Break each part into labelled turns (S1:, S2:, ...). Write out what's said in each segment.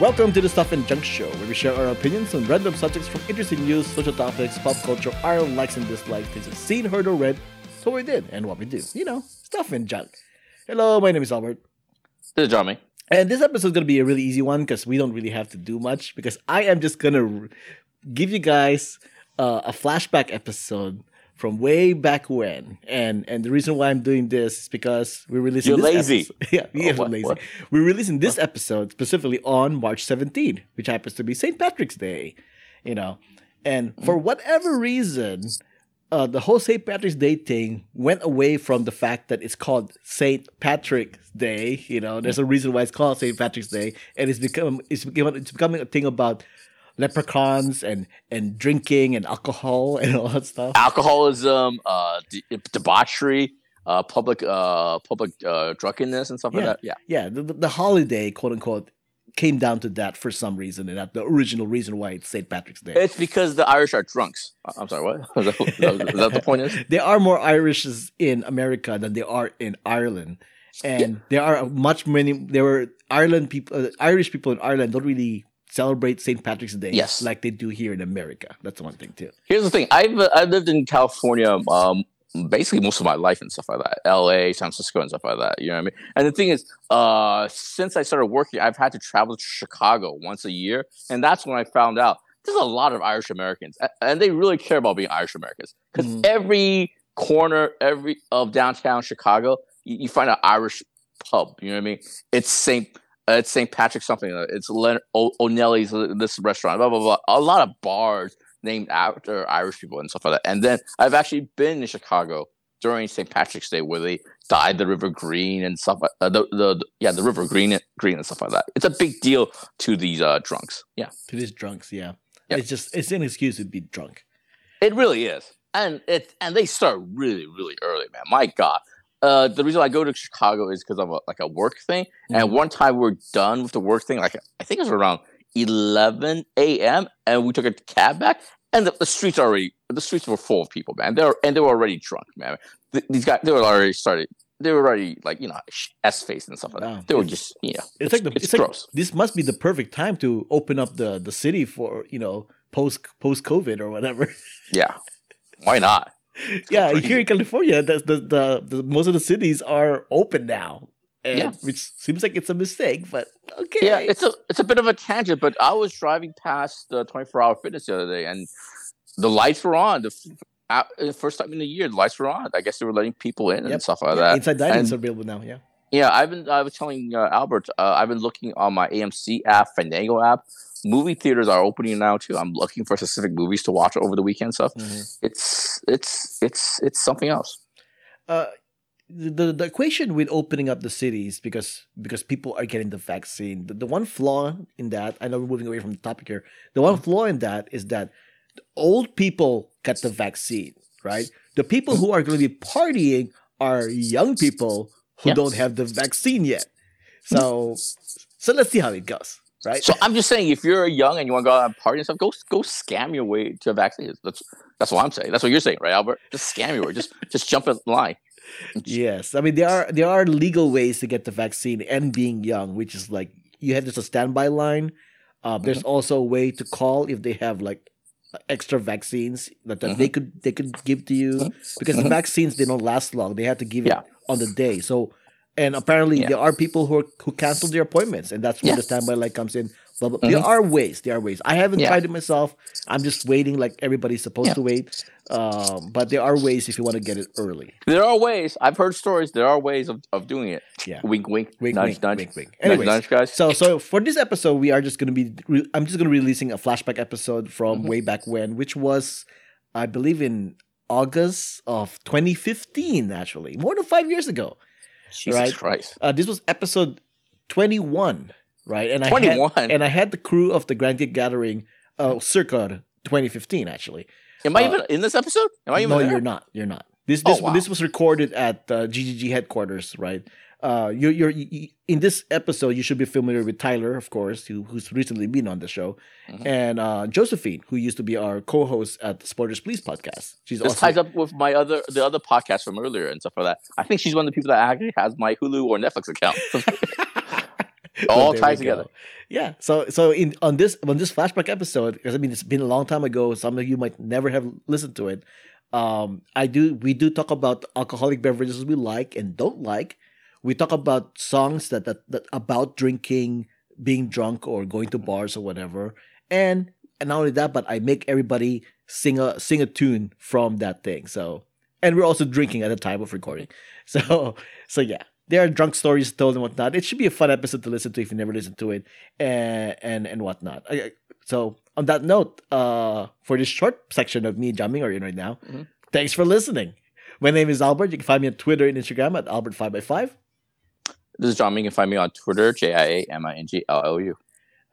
S1: Welcome to the Stuff and Junk Show, where we share our opinions on random subjects from interesting news, social topics, pop culture, our likes and dislikes, things we've seen, heard, or read, so we did, and what we do. You know, stuff and junk. Hello, my name is Albert.
S2: This is Johnny.
S1: And this episode's gonna be a really easy one because we don't really have to do much because I am just gonna r- give you guys uh, a flashback episode from way back when. And and the reason why I'm doing this is because we're releasing
S2: You're
S1: this
S2: lazy. Oh,
S1: episode- yeah, yeah,
S2: what-
S1: lazy.
S2: what?
S1: We're releasing this episode specifically on March 17th, which happens to be St. Patrick's Day. You know, and for
S2: Mm.
S1: whatever reason, uh, the whole St. Patrick's Day thing went away from the fact that it's called St. Patrick's Day. You know, there's a reason why it's called St. Patrick's Day, and it's become it's become it's becoming a thing about leprechauns and and drinking and alcohol and all that stuff.
S2: Alcoholism, uh, de- debauchery, uh, public, uh, public uh, drunkenness, and stuff like that. Yeah,
S1: yeah, the, the- the holiday, quote unquote, came down to that for some reason, and that the original reason why it's St. Patrick's Day.
S2: it's because the Irish are drunks. I- I'm sorry, what? Is that, is that- is that the point? Is
S1: there are more Irishes in America than there are in Ireland, and there are much many. There were Ireland people, uh, Irish people in Ireland don't really celebrate St. Patrick's Day
S2: Yes.
S1: like they do here in America. That's one thing too.
S2: here's the thing. I've uh, I've lived in California, um, basically most of my life and stuff like that. L.A., San Francisco, and stuff like that. You know what I mean? And the thing is, uh, since I started working, I've had to travel to Chicago once a year, and that's when I found out there's a lot of Irish Americans, a- and they really care about being Irish Americans because
S1: Mhm.
S2: every corner, every of downtown Chicago, you, you find an Irish pub. You know what I mean? It's St. Uh, it's St. Patrick something. uh, It's Len- o- O'Nelly's uh, this restaurant. Blah blah blah. A lot of bars named after Irish people and stuff like that. And then I've actually been in Chicago during St. Patrick's Day where they dyed the River Green and stuff. Like, uh, the, the the- yeah the River Green green and stuff like that. It's a big deal to these uh, drunks. Yeah,
S1: To these drunks, yeah,
S2: Yeah.
S1: it's just it's an excuse to be drunk.
S2: it really is. And it and they start really really early, man. My God. Uh, the reason I go to Chicago is because of a, like a work thing.
S1: Mm-hmm.
S2: And one time we were done with the work thing, like I think it was around 11 a.m. and we took a cab back, and the, the streets already the streets were full of people, man. They were and they were already drunk, man. Th- these guys they were already started. They were already like you know s faced and stuff like
S1: Wow.
S2: that. They were just you know
S1: It's like the
S2: it's,
S1: it's like
S2: gross.
S1: this must be the perfect time to open up the the city for you know post post COVID or whatever.
S2: yeah, why not?
S1: yeah,
S2: crazy.
S1: here in California, the the, the the most of the cities are open now, and,
S2: Yeah.
S1: which seems like it's a mistake, but okay.
S2: Yeah, it's a it's a bit of a tangent, but I was driving past the 24 hour fitness the other day, and the lights were on. The f- out- uh, first time in a year, the lights were on. I guess they were letting people in
S1: Yep.
S2: and stuff like
S1: Yeah,
S2: that.
S1: inside dining is
S2: And-
S1: available now. Yeah,
S2: Yeah, I've been. I was telling uh, Albert. Uh, I've been looking on my AMC app, Fandango app. Movie theaters are opening now too. I'm looking for specific movies to watch over the weekend stuff.
S1: Mm-hmm.
S2: It's it's it's it's something else.
S1: uh, the the- the equation with opening up the cities because because people are getting the vaccine. The, the one flaw in that, I know we're moving away from the topic here. The one flaw in that is that the old people got the vaccine, right? The people who are going to be partying are young people who
S2: Yeah.
S1: don't have the vaccine yet. So so let's see how it goes, right?
S2: So I'm just saying, if you're young and you want to go out and party and stuff, go go scam your way to a vaccine. That's that's what I'm saying. That's what you're saying, right, Albert? Just scam your way. Just just jump in line.
S1: Yes, I mean there are there are legal ways to get the vaccine and being young, which is like you have just a standby line. Uh, there's
S2: Mm-hmm.
S1: also a way to call if they have like extra vaccines that, that
S2: Mm-hmm.
S1: they could they could give to you because the
S2: Mhm.
S1: vaccines they don't last long. They have to give
S2: Yeah.
S1: it on the day. So, and apparently
S2: Yeah.
S1: there are people who are, who cancel their appointments, and that's where the
S2: Yes. Mm-hmm.
S1: standby line comes in. Blah, blah. There are ways. There are ways. I haven't
S2: Yeah.
S1: tried it myself. I'm just waiting like everybody's supposed
S2: Yeah.
S1: to wait. Um, but there are ways if you want to get it early.
S2: There are ways. I've heard stories. There are ways of, of doing it.
S1: Yeah.
S2: Wink, wink,
S1: Wink,
S2: nudge,
S1: wink,
S2: nudge,
S1: wink, wink.
S2: nudge,
S1: Anyways,
S2: nudge, guys.
S1: So, so for this episode, we are just going to be. Re- I'm just going to be releasing a flashback episode from way back when, which was, I believe, in August of 2015. Actually, more than five years ago.
S2: Jesus
S1: right.
S2: Christ.
S1: Uh, this was episode 21, right? And I had-
S2: 21.
S1: and I had the crew of the Grand Gate Gathering, uh, circa 2015, actually.
S2: Am I
S1: Uh,
S2: even in this episode? Am I even
S1: no,
S2: there?
S1: you're not. You're not. This
S2: Oh,
S1: this
S2: wow.
S1: this was recorded at uh, GGG headquarters, right? Uh, you're you're you- you- in this episode. You should be familiar with Tyler, of course, who, who's recently been on the show,
S2: Mhm.
S1: and uh, Josephine, who used to be our co-host at the Spoilers Please podcast. She's
S2: This
S1: also
S2: ties up with my other the other podcast from earlier and stuff like that. I think she's one of the people that actually has my Hulu or Netflix account. all
S1: there we
S2: tied
S1: go.
S2: together.
S1: Yeah. So so in on this on this flashback episode, because I mean it's been a long time ago, some of you might never have listened to it. Um, I do we do talk about alcoholic beverages we like and don't like. We talk about songs that that, that about drinking, being drunk or going to bars or whatever. And and not only that, but I make everybody sing a sing a tune from that thing. So and we're also drinking at the time of recording. So so yeah. There are drunk stories told and whatnot. It should be a fun episode to listen to if you never listened to it and and and whatnot. I, I- so on that note, uh, for this short section of me jumping or in right now,
S2: Mhm.
S1: thanks for listening. My name is Albert. You can find me on Twitter and Instagram at Albert Five by Five.
S2: This is John Ming. You can find me on Twitter, J I A M I N G L L U.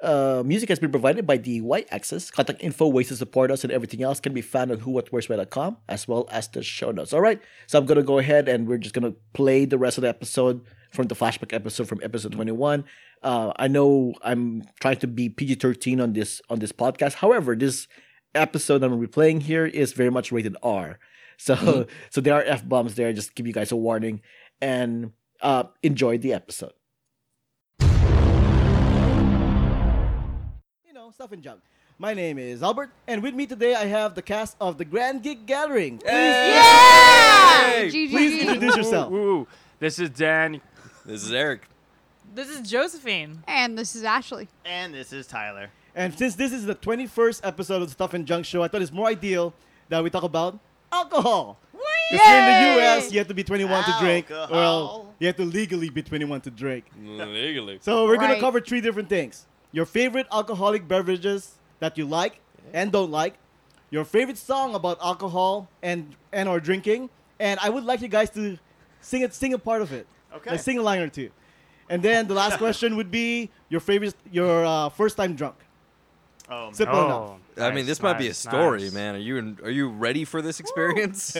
S1: Uh, music has been provided by the Y Axis. Contact info, ways to support us, and everything else can be found on whowhatwhereswhere.com as well as the show notes. All right, so I'm gonna go ahead and we're just gonna play the rest of the episode from the flashback episode from episode 21. Uh, I know I'm trying to be PG-13 on this on this podcast. However, this episode I'm replaying here is very much rated R, so
S2: Mhm.
S1: so there are f bombs there. Just give you guys a warning and uh, enjoy the episode. you know, stuff and junk. My name is Albert, and with me today I have the cast of the Grand Gig Gathering. Please,
S3: Yeah! GG.
S1: please introduce yourself.
S4: Ooh, ooh. This is Dan.
S5: This is Eric.
S6: This is Josephine.
S3: And this is Ashley.
S7: And this is Tyler.
S1: And since this is the 21st episode of the Stuff and Junk show, I thought it's more ideal that we talk about alcohol. Because here in the U.S., you have to be 21 to drink. Well,
S7: Alcohol.
S1: you have to legally be 21 to drink.
S5: Legally.
S1: So we're gonna
S3: Right.
S1: cover three different things: your favorite alcoholic beverages that you like and don't like, your favorite song about alcohol and and or drinking, and I would like you guys to sing it, sing a part of it.
S7: Okay.
S1: Like, sing a line or two, and then the last question would be your favorite, your uh, first time drunk.
S7: Oh,
S1: Simple enough.
S5: I mean,
S4: nice,
S5: this might be a
S4: nice,
S5: story,
S4: nice.
S5: man. Are you in, are you ready for this experience?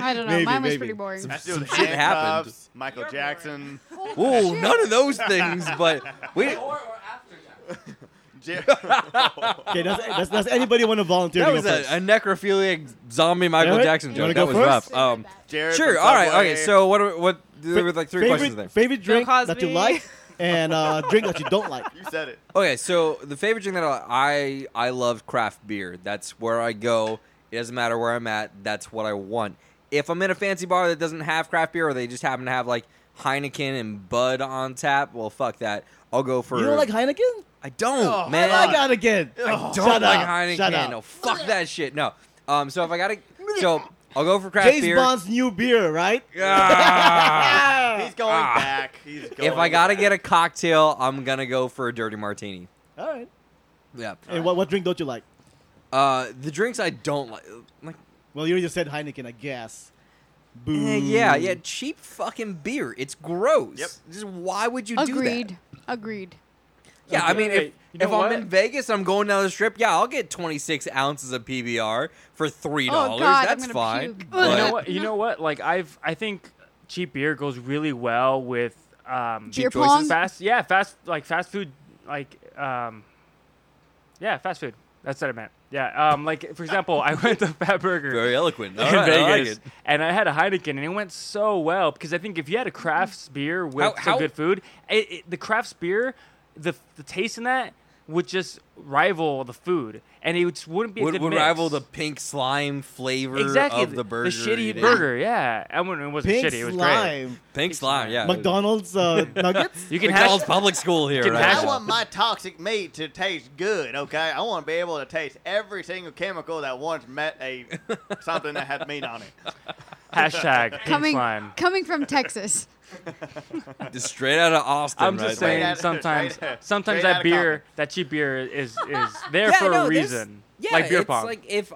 S3: I don't know.
S1: Maybe,
S3: Mine was
S1: maybe.
S3: pretty boring.
S5: Some-
S7: that's doing
S5: some shit happened.
S7: handcuffs, Michael
S6: You're
S7: Jackson.
S5: Ooh, none of those things. But we
S7: Jer-
S1: Okay, does, does, does anybody want to volunteer?
S5: that
S1: to
S5: was
S1: go
S5: a,
S1: first?
S5: a necrophiliac zombie Michael
S1: Eric,
S5: Jackson
S1: you wanna
S5: joke. That
S1: go
S5: was
S1: first?
S5: rough. Um,
S7: Jared
S5: sure.
S7: from
S5: All right.
S7: Subway.
S5: Okay. So what? Are, what? There
S1: Fa-
S5: were like three
S1: favorite,
S5: questions there.
S1: Favorite drink that you
S6: Cosby.
S1: like and uh, drink that you don't like.
S7: you said it.
S5: Okay. So the favorite drink that I I love craft beer. That's where I go. It doesn't matter where I'm at. That's what I want. If I'm in a fancy bar that doesn't have craft beer, or they just happen to have like Heineken and Bud on tap, well, fuck that. I'll go for.
S1: You don't like Heineken?
S5: I don't,
S7: Oh,
S5: man.
S1: I like Heineken.
S5: I don't
S1: Oh, Shut
S5: like
S1: up,
S5: Heineken.
S1: Shut up.
S5: No, fuck that shit. No. Um. So if I gotta, so I'll go for craft
S1: James
S5: beer.
S1: Bond's new beer, right?
S5: Ah.
S7: He's going
S5: Ah.
S7: back. He's going
S5: if I gotta
S7: back.
S5: get a cocktail, I'm gonna go for a dirty martini.
S1: All right.
S5: Yeah.
S1: And what, what drink don't you like?
S5: Uh, the drinks I don't like. Like,
S1: Well, you just said Heineken, I guess. Boo.
S5: eh, yeah, yeah, cheap fucking beer. It's gross.
S7: Yep.
S5: Just why would you do
S3: Agreed. Agreed.
S5: that? Yeah, I mean,
S4: Okay,
S5: if,
S4: you know
S5: if I'm
S4: what?
S5: in Vegas and I'm going down the strip, yeah, I'll get 26 ounces of PBR for three dollars.
S3: Oh, God, I'm
S5: That's
S3: gonna
S5: fine.
S3: puke.
S4: You
S5: But-
S4: know what? You know what? Like I've I think cheap beer goes really well with um
S3: Beer
S5: choices
S3: pong.
S4: fast. Yeah, fast like fast food like um yeah fast food. That's what I meant. Yeah. Um. Like for example, I went to Fat Burger.
S5: Very eloquent. All
S4: in
S5: right, I like
S4: Vegas,
S5: it.
S4: and I had a Heineken, and it went so well because I think if you had a craft beer with
S5: How-
S4: some
S5: how-
S4: good food, it, it, the craft beer, the the taste in that would just rival the food, and it just wouldn't be a
S5: would,
S4: good
S5: would
S4: mix.
S5: rival the pink slime flavor
S4: exactly
S5: of the burger.
S4: shitty
S5: eating.
S4: burger. Yeah, I wouldn't. It wasn't
S1: Pink
S4: shitty. It was great.
S1: slime.
S5: Pink slime, yeah.
S1: McDonald's uh, nuggets?
S4: You can
S5: McDonald's
S4: hash.
S5: public school here,
S4: can
S5: right?
S4: hash-
S7: I want my toxic meat to taste good, okay? I want to be able to taste every single chemical that once met a something that had meat on it.
S4: Hashtag pink
S3: Coming
S4: slime.
S3: coming from Texas.
S5: Just straight out of Austin,
S4: I'm
S5: right?
S4: just
S5: there.
S4: saying.
S7: out of-
S4: sometimes,
S7: straight out-
S4: sometimes
S7: straight
S4: that
S7: outta
S4: beer, that cheap beer, is is there
S5: yeah,
S4: for
S5: no,
S4: a
S5: there's-
S4: reason.
S5: Yeah,
S4: like beer
S5: it's
S4: pong.
S5: like if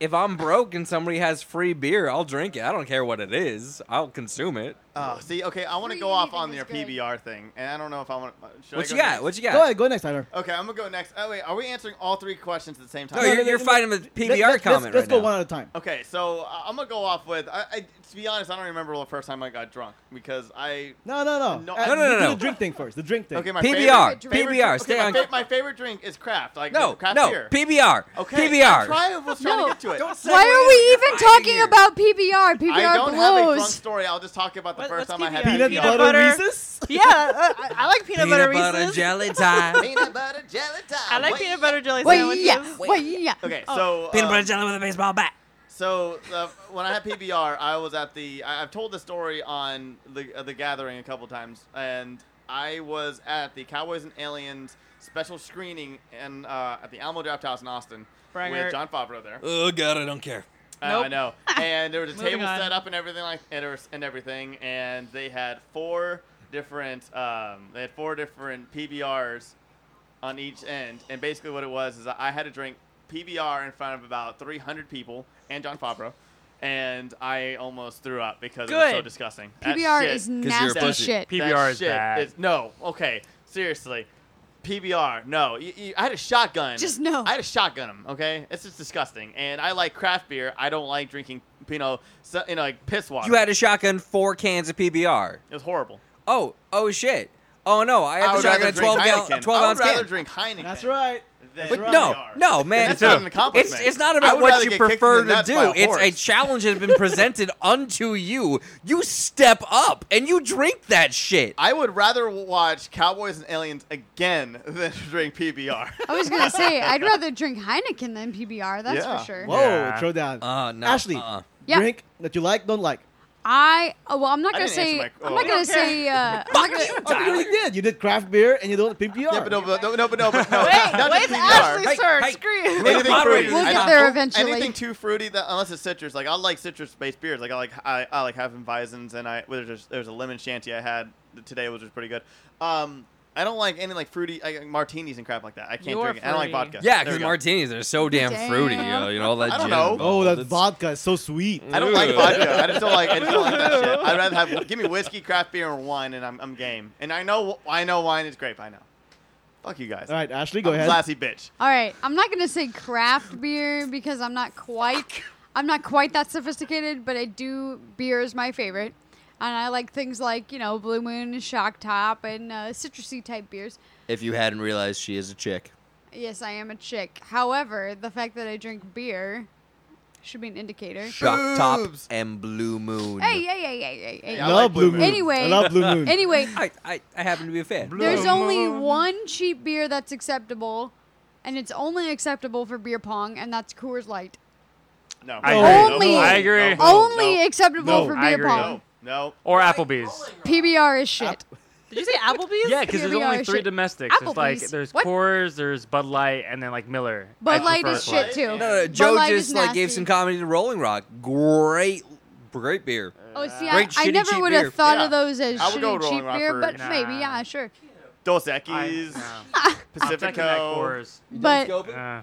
S5: if I'm broke and somebody has free beer, I'll drink it. I don't care what it is. I'll consume it.
S7: Oh, see, okay, I want to
S3: Free
S7: go off
S3: anything
S7: on
S3: is
S7: your
S3: good.
S7: PBR thing, and I don't know if I want. Should
S5: what
S7: I go
S5: you got?
S7: next?
S5: What you got?
S1: Go ahead, go next, Tyler.
S7: Okay, I'm gonna go next. Oh wait, are we answering all three questions at the same time?
S5: No, you're,
S1: no,
S5: you're
S1: no,
S5: fighting with PBR
S1: Let- let's-
S5: comment
S1: Let's, let's
S5: right
S1: go
S5: now.
S1: one at a time.
S7: Okay, so uh, I'm gonna go off with. I, I, to be honest, I don't remember the first time I got drunk because I.
S1: No, no, no.
S7: No,
S1: Uh,
S7: no,
S5: no,
S1: do
S5: no.
S1: The drink thing first. The drink thing.
S7: Okay, my
S5: PBR,
S3: Favorite
S7: Favorite,
S5: PBR,
S7: okay,
S5: stay
S7: my,
S5: on.
S7: fa- my favorite drink is craft. Like
S5: no,
S7: craft
S5: no,
S7: beer.
S5: PBR,
S7: okay, I
S5: PBR.
S7: try, I was trying
S3: No,
S7: to get to it.
S5: Don't
S3: Why
S5: segue
S3: are we
S5: into
S3: even
S5: fighting
S3: talking
S5: here.
S3: about PBR? PBR
S7: I don't have a drunk
S3: blows.
S7: story. I'll just talk about the
S6: What-
S7: first
S6: what's
S7: time I had
S6: PBR?
S1: Peanut, butter,
S6: Peanut butter.
S1: Reese's?
S6: yeah, uh, I, I like peanut, butter Reese's.
S5: jelly time.
S7: peanut butter jelly time.
S6: I like
S7: Wait.
S6: peanut butter jelly
S3: Wait,
S6: sandwiches.
S3: yeah. Wait, yeah.
S7: Okay,
S6: Oh.
S7: so
S5: peanut
S7: uh,
S5: butter jelly with a baseball bat.
S7: So uh, when I had PBR, I was at the. I, I've told the story on the uh, the gathering a couple times, and I was at the Cowboys and Aliens special screening and uh, at the Alamo Draft House in Austin
S6: Braggart.
S7: with John Favreau there.
S5: Oh god, I don't care.
S7: Uh, I
S6: Nope.
S7: know. And there was a
S6: Moving
S7: table
S6: on.
S7: set up and everything like and, there was- and everything, and they had four different. Um, they had four different PBRs on each end, and basically what it was is I had to drink PBR in front of about 300 people and John Favreau, and I almost threw up because it was so
S6: Good.
S7: disgusting. That
S3: PBR
S7: shit-
S3: is
S5: you're a
S3: nasty
S5: pussy.
S3: shit.
S4: P-
S7: that
S4: PBR is
S7: shit
S4: bad.
S7: no, okay, seriously. PBR, no. Y- y- I had a shotgun.
S3: Just no.
S7: I had a shotgun him, okay? It's just disgusting. And I like craft beer. I don't like drinking, you know, so, you know like piss water.
S5: You had a shotgun, four cans of PBR.
S7: it was horrible.
S5: Oh, oh shit. Oh no, I had
S7: I
S5: the
S7: would rather
S5: shotgun,
S7: drink
S5: twelve
S7: Heineken.
S5: gallon, twelve
S7: I
S5: ounce
S7: would rather
S5: can.
S7: drink Heineken.
S1: That's right.
S7: than
S5: But
S1: Right.
S5: no,
S7: PBR.
S5: no, man.
S7: That's not an
S5: it's,
S7: accomplishment.
S5: it's not
S7: I
S5: about
S7: would
S5: what
S7: rather
S5: you
S7: get kicked in the
S5: prefer to
S7: nuts by
S5: do. It's a
S7: horse.
S5: challenge has been presented unto you. You step up and you drink that shit.
S7: I would rather watch Cowboys and Aliens again than drink PBR.
S3: I was gonna say I'd rather drink Heineken than PBR. That's
S7: Yeah.
S3: for sure.
S1: Whoa,
S4: Yeah.
S1: throw down.
S5: Uh, no,
S1: Ashley,
S5: uh-uh.
S3: Yeah.
S1: drink that you like, don't like.
S3: I oh, well, I'm not
S7: I
S3: gonna
S7: didn't answer
S3: say.
S7: my-
S3: I'm
S7: oh.
S3: not
S7: I
S3: gonna
S6: don't care.
S3: say. Uh, I'm not gonna.
S1: Oh, but you already did. You did craft beer and you don't PBR.
S7: yeah, but no, but no, no, but no, but no.
S6: Wait,
S7: not
S6: wait,
S7: just PBR.
S6: Ashley,
S5: Hey,
S6: sir,
S5: hey.
S6: screw you.
S5: Wait.
S7: anything
S5: Moderate
S7: fruity.
S5: your We'll
S7: I
S5: get
S7: don't-
S3: there eventually.
S7: Anything too fruity, that unless it's citrus. Like I like citrus-based beers. Like I like I, I like Hefeweizens, and I well, there's there's a lemon shanty I had today, which was pretty good. Um, I don't like any like fruity I, like martinis and crap like that. I can't
S6: You're
S7: drink it. I don't like
S6: fruity.
S7: vodka.
S5: Yeah,
S7: There
S5: because
S7: we go.
S5: martinis are so damn,
S3: Damn.
S5: fruity. You know, you know, all that.
S7: I don't
S5: gin
S7: know.
S5: involved.
S1: Oh, that
S5: It's-
S1: vodka is so sweet.
S7: I don't like
S5: Ew.
S7: vodka. I just don't like. I just don't like that shit. I'd rather have give me whiskey, craft beer, and wine, and I'm, I'm game. And I know I know wine is grape. I know. Fuck you guys.
S1: All right, Ashley, go
S7: I'm a
S1: ahead.
S7: Classy bitch.
S3: All right, I'm not gonna say craft beer because I'm not quite, I'm not quite that sophisticated. But I do beer is my favorite, and I like things like you know Blue Moon, Shock Top, and uh, citrusy type beers.
S5: If you hadn't realized, she is a chick.
S3: Yes, I am a chick. However, the fact that I drink beer should be an indicator.
S5: Shock top
S7: Boobs.
S5: and blue moon.
S3: Hey, yeah, yeah, yeah, yeah, yeah.
S7: Hey, I
S1: love
S7: like
S1: Blue
S7: Blue
S1: Moon.
S7: Moon.
S3: Anyway-
S1: I love Blue Moon.
S3: Anyway,
S5: I, I, I happen to be a fan.
S3: there's
S4: Blue
S3: only
S4: Moon.
S3: one cheap beer that's acceptable, and it's only acceptable for beer pong, and that's Coors Light.
S7: No.
S4: I
S3: agree. Only-
S4: I agree.
S7: No.
S3: only acceptable
S4: Oh, No,
S3: for
S4: I
S3: beer
S4: agree.
S3: pong.
S7: No. No.
S4: Or Applebee's.
S3: PBR is shit.
S6: Did you say Applebee's?
S4: Yeah, because there's
S3: PBR
S4: only
S3: is
S4: three
S3: shit.
S4: domestics. It's like
S3: Applebee's.
S4: there's
S3: What?
S4: Coors, there's Bud Light, and then like Miller.
S3: Bud
S4: I
S3: Light
S4: prefer
S3: is shit
S7: Bud
S3: too.
S7: Light.
S5: No, no,
S3: Bud
S5: Joe
S3: Light is
S5: just like gave
S3: nasty.
S5: some comedy to Rolling Rock. Great, great beer.
S3: Oh, see, I,
S5: Great
S3: I
S5: shitty
S3: never
S5: cheap
S3: would have
S5: beer.
S3: thought
S7: Yeah.
S3: of those as
S7: I would go
S3: shitty
S7: Rolling
S3: cheap
S7: Rock
S3: beer,
S7: for-
S3: but
S4: Nah.
S3: maybe yeah, sure.
S7: Dos
S4: I-
S7: Equis,
S4: no. I'm taking that
S7: Pacifico.
S4: Coors.
S3: But
S4: Uh,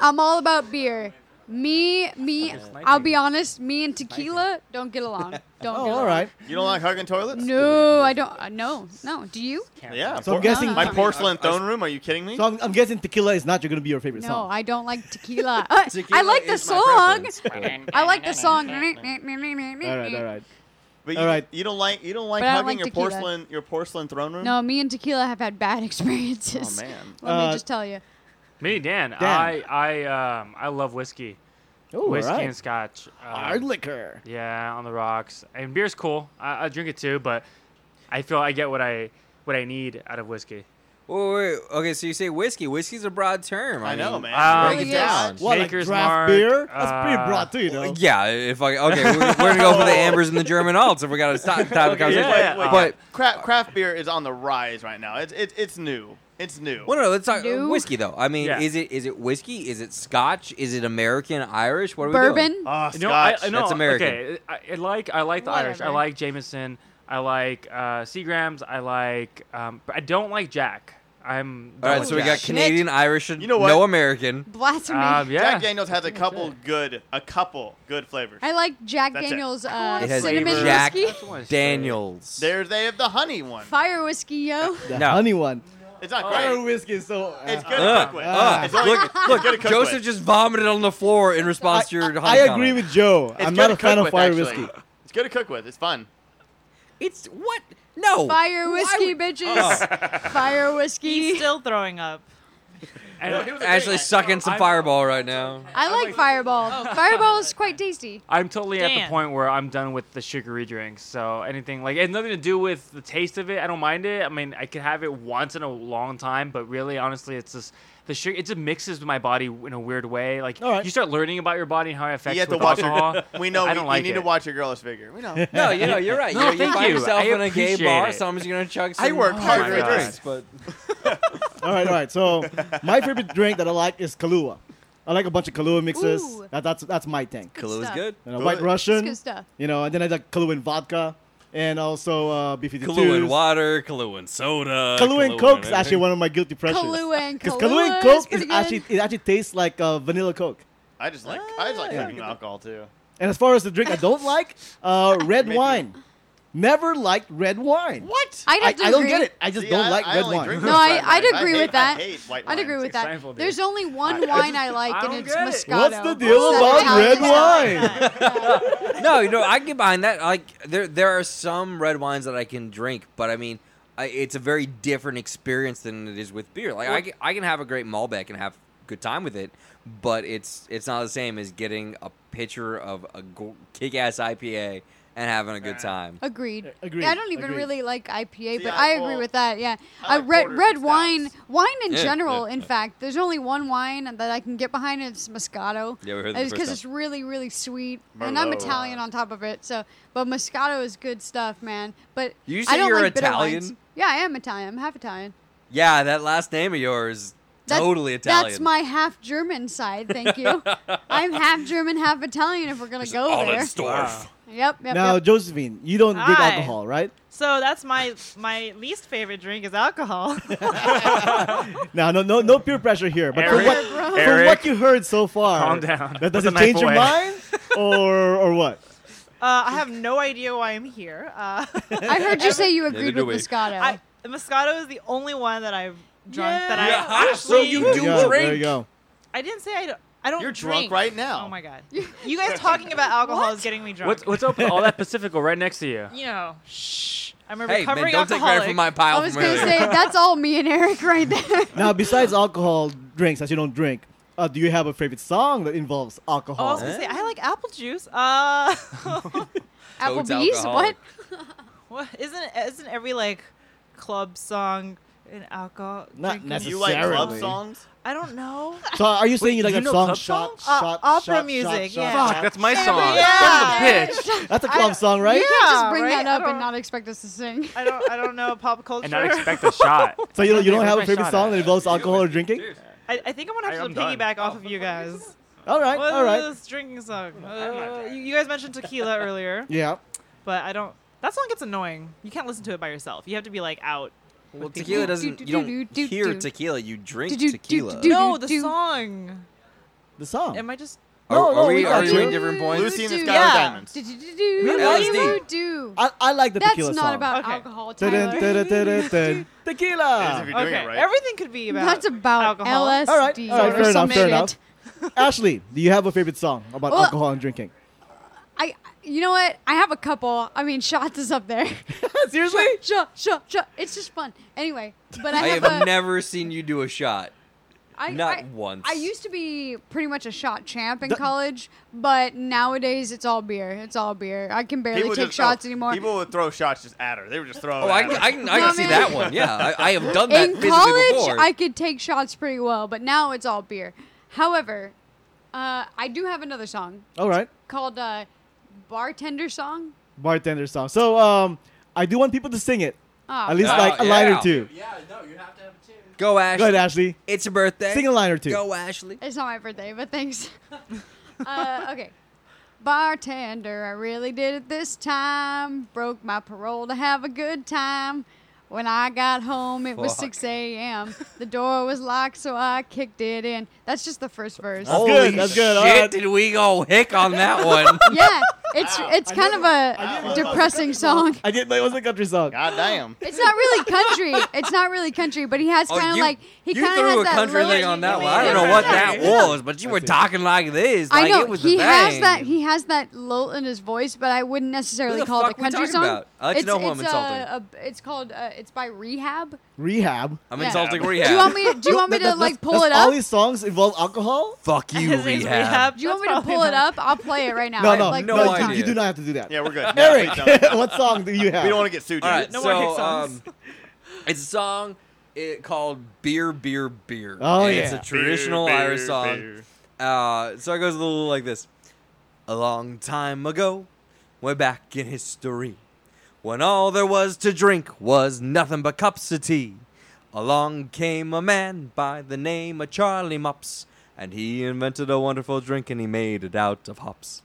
S3: I'm all about beer. Me, me,
S4: Fucking sniping.
S3: I'll be honest. Me and tequila don't get along. Don't.
S1: Oh,
S3: get
S1: all
S3: along.
S1: right.
S7: You don't like hugging toilets?
S3: No, I don't. Uh, no, no. Do you?
S4: can't-
S7: Yeah.
S1: So I'm
S7: por-
S1: guessing- uh,
S7: my
S3: No.
S7: porcelain throne room. Are you kidding me?
S1: So I'm, I'm guessing tequila is not going to be your favorite
S3: No,
S1: song.
S3: I don't like tequila. Uh, I
S5: Tequila
S3: like the
S5: is my
S3: song.
S5: preference.
S3: I like the song.
S1: all right, all right.
S7: But you,
S1: All right.
S7: you don't like you don't like
S3: But I don't
S7: hugging
S3: like
S7: your
S3: tequila.
S7: porcelain your porcelain throne room.
S3: No, me and tequila have had bad
S7: Oh
S3: experiences.
S7: man.
S3: Let
S1: Uh,
S3: me just tell you.
S4: Me, Dan. I, I, um, I love whiskey.
S1: Oh,
S4: whiskey
S1: all
S4: and
S1: right.
S4: scotch. Um,
S1: Hard liquor.
S4: Yeah, on the rocks. And beer's cool. I, I drink it too, but I feel I get what I what I need out of whiskey.
S5: Wait, wait, wait. Okay, so you say whiskey. Whiskey's a broad term. I,
S7: I know,
S5: mean,
S7: man.
S4: Um,
S7: Break it
S3: Really is.
S7: down.
S1: What, like
S4: Maker's
S1: draft
S4: Mark,
S1: beer? That's pretty
S4: uh,
S1: broad too, you know.
S5: Yeah, if I okay, we're, we're gonna go for the ambers and the German alts if we got to stop the topic
S4: Okay,
S5: conversation.
S4: yeah,
S5: but,
S4: yeah.
S5: but
S7: Craft, craft beer is on the rise right now. It's it's it's new. It's new.
S5: well, no, let's talk uh,
S3: No.
S5: whiskey though. I mean,
S4: Yeah.
S5: is it is it whiskey? Is it Scotch? Is it American Irish? What are we doing?
S3: Bourbon.
S7: Ah,
S4: No, Uh, I,
S7: Scotch.
S4: I, no,
S5: That's American.
S4: Okay, I, I like I like the Irish. I
S3: Whatever.
S4: like Jameson. I like uh, Seagrams. I like. Um, but I don't like Jack. I'm.
S5: All
S4: done
S5: right,
S4: with
S5: so we
S4: Jack.
S5: got Canadian, Irish, and
S7: You know what?
S5: no American.
S3: Blasphemy.
S4: Um, yeah.
S7: Jack Daniels has a couple good a couple good flavors.
S3: I like Jack
S7: That's it.
S3: Daniel's uh,
S5: It has
S3: cinnamon
S5: Jack
S3: whiskey.
S5: Daniels.
S7: There's they have the honey one.
S3: Fire whiskey, yo.
S1: The
S5: No.
S1: honey one.
S7: It's
S4: Oh.
S7: not
S1: Fire
S7: great.
S1: whiskey is so. uh,
S7: It's good to
S5: Ugh.
S7: cook with.
S1: Ah.
S7: It's only-
S5: look, look,
S7: good to cook
S5: Joseph
S7: with.
S5: just vomited on the floor in
S1: I,
S5: response to your.
S1: I
S5: honey
S1: agree
S5: comment.
S1: with Joe.
S7: It's
S1: I'm
S7: good
S1: not
S7: to
S1: a fan
S7: cook
S1: of
S7: with,
S1: fire
S7: actually.
S1: whiskey.
S7: It's good to cook with. It's fun.
S5: It's what? No.
S3: Fire
S4: Oh.
S5: Why
S3: whiskey,
S5: would-
S3: bitches. Fire whiskey.
S6: He's still throwing up.
S4: And
S7: Well, here's the
S5: Ashley's
S7: thing.
S5: sucking some
S4: I'm-
S5: fireball right now.
S3: I like Fireball. Fireball is quite tasty.
S4: I'm totally at
S6: Dan.
S4: the point where I'm done with the sugary drinks. So anything like it has nothing to do with the taste of it. I don't mind it. I mean, I could have it once in a long time, but really, honestly, it's just the sugar. It just mixes with my body in a weird way. Like
S1: All right.
S4: you start learning about your body and how it affects
S7: You have to
S4: with
S7: watch
S4: alcohol.
S7: your. We know.
S4: I
S7: we-
S4: don't
S7: you
S4: like
S7: need
S4: it.
S7: to watch your girlish figure. We know.
S5: No, you know, you're right.
S4: No,
S5: you, you
S4: thank
S5: find
S4: you.
S5: yourself
S4: I
S5: in a gay
S4: appreciate
S5: bar.
S4: it.
S5: Sometimes you're gonna chug. Some
S7: I work hard
S4: my
S5: Oh
S7: for a
S4: God.
S7: drink.
S5: but
S1: All right, all right. So my favorite drink that I like is Kahlua. I like a bunch of Kahlua mixes.
S3: Ooh.
S1: That, that's that's my thing.
S5: Kalua's
S3: stuff.
S5: good.
S1: You know, White
S7: Good.
S3: It's
S1: Russian.
S3: good stuff.
S1: You know, and then I like Kahlua and vodka, and also uh, B fifty two.
S8: Kahlua and water, Kahlua and soda.
S1: Kahlua and Coke is
S8: and-
S1: actually one of my guilty pleasures.
S3: Kahlua and
S1: Because
S3: Kahlua,
S1: Kahlua and
S3: is
S1: Coke is
S3: pretty good.
S1: actually it actually tastes like uh, vanilla Coke.
S7: I just like. I just like
S1: Yeah.
S7: drinking alcohol too.
S1: And as far as the drink I don't like, uh, red
S7: Maybe.
S1: wine. Never liked red wine.
S7: What?
S3: I'd
S1: I,
S3: have to
S1: I don't
S3: agree.
S1: get it. I just
S7: See,
S1: don't
S7: I-
S1: like
S7: I
S1: red
S7: only
S1: wine.
S7: drink
S3: No,
S7: red
S3: I-
S7: wine.
S3: I'd agree
S7: hate-
S3: with that.
S7: I hate white
S3: I'd
S7: wines.
S3: agree with
S4: It's
S3: that.
S4: example, dude.
S3: There's only one
S4: I- I
S3: wine
S4: just-
S3: I like,
S4: I
S3: and
S4: don't
S3: it's
S4: get it.
S3: Moscato.
S1: What's the deal
S3: It's
S1: about
S3: that
S1: red
S3: Italian stuff.
S1: wine?
S5: no, you know, I get behind that. Like there, there are some red wines that I can drink, but I mean, I, it's a very different experience than it is with beer. Like I, can, I can have a great Malbec and have a good time with it, but it's it's not the same as getting a pitcher of a go- kick-ass IPA and having a good time.
S3: Agreed.
S1: Agreed,
S3: Yeah, I don't even
S1: agreed.
S3: really like IPA,
S7: See,
S3: but I,
S7: I-
S3: agree
S7: well,
S3: with that. Yeah,
S7: I
S3: I
S7: like
S3: red
S7: porters
S3: red
S7: and
S3: wine,
S7: stouts.
S3: wine in
S8: Yeah,
S3: general.
S8: yeah,
S3: in
S8: yeah.
S3: fact, there's only one wine that I can get behind. And it's Moscato.
S5: Yeah, we heard
S3: It's
S5: that the first
S3: because
S5: time.
S3: it's really really sweet, and I'm
S1: uh,
S7: Merlot.
S3: Italian on top of it. So, but Moscato is good stuff, man. But
S5: You
S3: I
S5: say
S3: don't
S5: you're
S3: like bitter
S5: Italian?
S3: wines. Yeah, I am Italian. I'm half Italian.
S5: Yeah, that last name of yours,
S3: That's-
S5: totally Italian.
S3: That's my half German side. Thank you. I'm half German, half Italian. If we're gonna go
S8: All
S3: there.
S8: that stuff.
S3: Yep. Yep.
S1: Now,
S3: yep.
S1: Josephine, you don't drink
S6: Hi.
S1: alcohol, right?
S6: So that's my my least favorite drink is alcohol.
S1: Now, no, no, no peer pressure here. But from
S4: Eric,
S1: what, from
S4: Eric,
S1: what you heard so far,
S4: calm down.
S1: That
S4: Put
S1: does
S4: the
S1: it
S4: knife
S1: change your
S4: away.
S1: mind, or or what?
S6: Uh, I have no idea why I'm here. Uh,
S3: I heard you say you agreed
S5: do
S3: with
S5: we.
S3: Moscato.
S6: I, Moscato is the only one that I've drunk that I
S8: Yeah, ah, so
S6: actually-
S8: you
S1: There
S8: do
S1: you go, There
S8: drink.
S1: you go.
S6: I didn't say I don't. I don't
S7: You're
S6: drink.
S7: drunk right now.
S6: Oh my god! You guys talking about alcohol is getting me drunk.
S4: What's what's open? All that Pacifico right next to you.
S6: you know, shh. I'm a
S5: hey, man,
S6: recovering
S5: don't take
S6: alcoholic.
S5: credit for my
S3: I
S5: pile
S3: was
S5: from
S3: gonna
S5: earlier.
S3: say that's all me and Eric right there.
S1: Now, besides alcohol drinks that you don't drink, uh, do you have a favorite song that involves
S6: Oh, I
S1: alcohol?
S6: was gonna say I like apple juice. Uh,
S5: Toad's
S3: Applebee's. What?
S5: alcoholic.
S6: what isn't isn't every like club song an alcohol?
S1: Not
S6: drinking-
S1: necessarily.
S7: You like love
S1: Necessarily.
S7: songs?
S6: I don't know.
S1: So, are you saying you
S4: Wait,
S1: like
S4: you
S1: that
S4: know
S1: song?
S4: club
S1: Shot,
S6: songs? Uh,
S1: shot,
S6: opera
S1: shot, shot,
S6: music,
S1: shot,
S6: yeah.
S1: shot.
S4: Fuck, that's my
S6: Yeah,
S4: song.
S6: yeah.
S4: That's the pitch.
S1: That's a club song, Ah, right?
S3: You can't just
S6: Yeah,
S3: bring
S6: right?
S3: that
S6: I
S3: up and
S6: don't-
S3: not expect us to sing.
S6: I don't. I don't know pop culture.
S4: And not expect a shot.
S1: So you don't, you
S4: Okay,
S1: don't have a
S4: where's my
S1: favorite
S4: shot
S1: song
S4: at?
S1: that involves alcohol or drinking?
S6: I, I think I'm gonna have
S4: I-
S6: to
S4: I'm
S6: piggyback off of you guys.
S1: All right,
S6: What
S1: all
S6: is
S1: right.
S6: this drinking song? Uh, you, you guys mentioned tequila earlier,
S1: Yeah.
S6: but I don't. That song gets annoying. You can't listen to it by yourself. You have to be like out.
S5: Well, tequila doesn't. You don't
S3: Do-do-do-do-do-do.
S5: hear tequila. You drink
S3: Do-do-do-do-do.
S5: tequila.
S3: Do-
S6: no,
S3: do-
S6: the
S3: do.
S6: song.
S1: The song.
S6: Am I just?
S1: No,
S5: Are,
S1: no,
S5: are
S1: we
S5: Oh, we?
S1: got
S5: Are
S1: you.
S5: we in different points?
S7: Lucy and the
S3: do-
S7: Sky
S6: yeah.
S7: Diamonds.
S5: LSD.
S3: do.
S1: I, I like the tequila
S3: That's not
S1: song.
S3: about
S6: Okay.
S3: alcohol,
S1: Dun, dun,
S3: Tyler.
S1: dun, dun, dun, dun.
S7: As if
S1: Tequila.
S7: you're doing
S6: okay,
S7: it right.
S6: everything could be about.
S3: That's about
S6: alcohol.
S3: LSD
S1: All right, all right,
S3: or
S1: fair
S3: some
S1: enough, fair
S3: shit.
S1: enough. Ashley, do you have a favorite song about
S3: Well-
S1: alcohol and drinking?
S3: I, you know what? I have a couple. I mean, shots is up there.
S1: Seriously?
S3: shot, shot, shot. It's just fun. Anyway, but I
S5: I
S3: have,
S5: have
S3: a.
S5: never seen you do a shot.
S3: I,
S5: Not
S3: I-
S5: once.
S3: I used to be pretty much a shot champ in
S1: The-
S3: college, but nowadays it's all beer. It's all beer. I can barely
S7: People
S3: take
S7: just-
S3: shots
S7: oh,
S3: anymore.
S7: People would throw shots just at her. They were just throwing.
S5: Oh, I,
S7: at
S5: can-
S7: her.
S5: I can, I can
S3: No,
S5: see
S3: man.
S5: that one. Yeah, I, I have done that
S3: in
S5: physically
S3: college
S5: before.
S3: i could take shots pretty well but now it's all beer however uh, i do have another song
S1: All right.
S3: called uh, bartender song
S1: Bartender song. So um, I do want people to sing it.
S3: Ah,
S1: At least
S5: Oh,
S1: like a line
S5: yeah.
S1: or two.
S5: Go,
S1: Go ahead,
S5: Ashley.
S1: Ashley.
S5: It's your birthday.
S1: Sing a line or two.
S5: Go, Ashley.
S3: it's not my birthday but thanks uh, okay bartender i really did it this time broke my parole to have a good time when i got home it was
S5: Fuck.
S3: 6 a.m the door was locked so i kicked it in that's just the first verse
S1: Oh. good, that's good, all
S5: Shit,
S1: right.
S5: did we go hick on that one?
S3: yeah It's it's kind of a
S7: didn't know
S3: depressing song.
S1: I didn't know it was a country song.
S7: God damn.
S3: It's not really country. It's not really country, but he has
S5: Oh,
S3: kind of
S5: you-
S3: like he
S5: you
S3: kind of
S5: threw
S3: has
S5: a
S3: that
S5: country
S3: low-
S5: thing on that
S6: Yeah,
S5: one. I don't know
S6: yeah,
S5: what
S6: yeah.
S5: that was, but you were talking like this.
S3: I
S5: like
S3: know
S5: it was
S3: he
S5: the
S3: has
S5: thing.
S3: that. He has that lull in his voice, but I wouldn't necessarily
S5: the
S3: call it a
S5: fuck we
S3: country
S5: talking
S3: song.
S5: about? I like to
S3: it's,
S5: know who I'm
S3: it's,
S5: insulting.
S3: uh, a- it's called. Uh, it's by Rehab.
S1: Rehab.
S5: I'm
S3: Yeah.
S5: insulting
S3: Do you want
S5: rehab.
S3: me? Do you want me to
S1: That's-
S3: like pull
S1: that's
S3: it
S1: All
S3: up?
S1: these songs involve alcohol.
S5: Fuck you,
S6: His name's
S5: rehab.
S3: Do you want me
S6: That's
S3: to
S6: probably
S3: pull it
S6: not-
S3: up? I'll play it right now.
S1: No,
S5: I
S1: no,
S5: have
S3: like,
S5: no
S1: no.
S5: idea.
S1: You, you do not have to do that.
S7: Yeah, we're good. No,
S1: Eric,
S7: please don't.
S1: what song do you have?
S7: we don't want to get sued.
S5: All right,
S7: dude.
S6: No
S5: so
S6: more hate songs.
S5: um, it's a song it, called "Beer, Beer, Beer."
S1: Oh,
S5: and It's
S1: yeah.
S5: a traditional
S7: Beer,
S5: Irish
S7: beer,
S5: song.
S7: beer.
S5: Uh, so it goes a little like this. A long time ago, way back in history, when all there was to drink was nothing but cups of tea, along came a man by the name of Charlie Mops, and he invented a wonderful drink and he made it out of hops.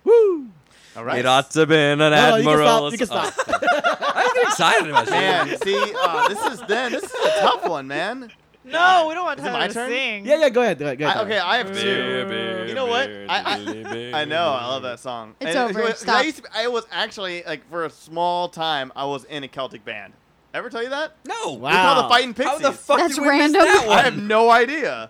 S7: All right.
S5: It ought to have been
S1: No,
S5: an
S1: no, you can stop.
S5: admiral.
S1: You can stop.
S5: I'm getting excited about
S7: Man,
S5: shit.
S7: see, uh, this is then this is a tough one, man.
S6: No, we don't want
S7: Is it my
S6: Tyler to
S7: turn?
S6: sing.
S1: yeah, yeah. Go ahead. Go ahead. Go
S7: I,
S1: ahead.
S7: okay, I have two.
S8: Beer, beer,
S7: You know what?
S8: beer,
S7: I-
S8: dilly, beer,
S7: I know. I love that song.
S3: It's
S7: And
S3: over,
S7: 'cause I,
S3: stop.
S7: used to, I was actually like for a small time I was in a Celtic band. Ever tell you that?
S5: No.
S1: Wow.
S7: We called the Fighting
S5: How
S7: Pixies.
S5: the fuck
S3: That's
S5: did we miss
S3: random.
S5: that one?
S7: I have no idea.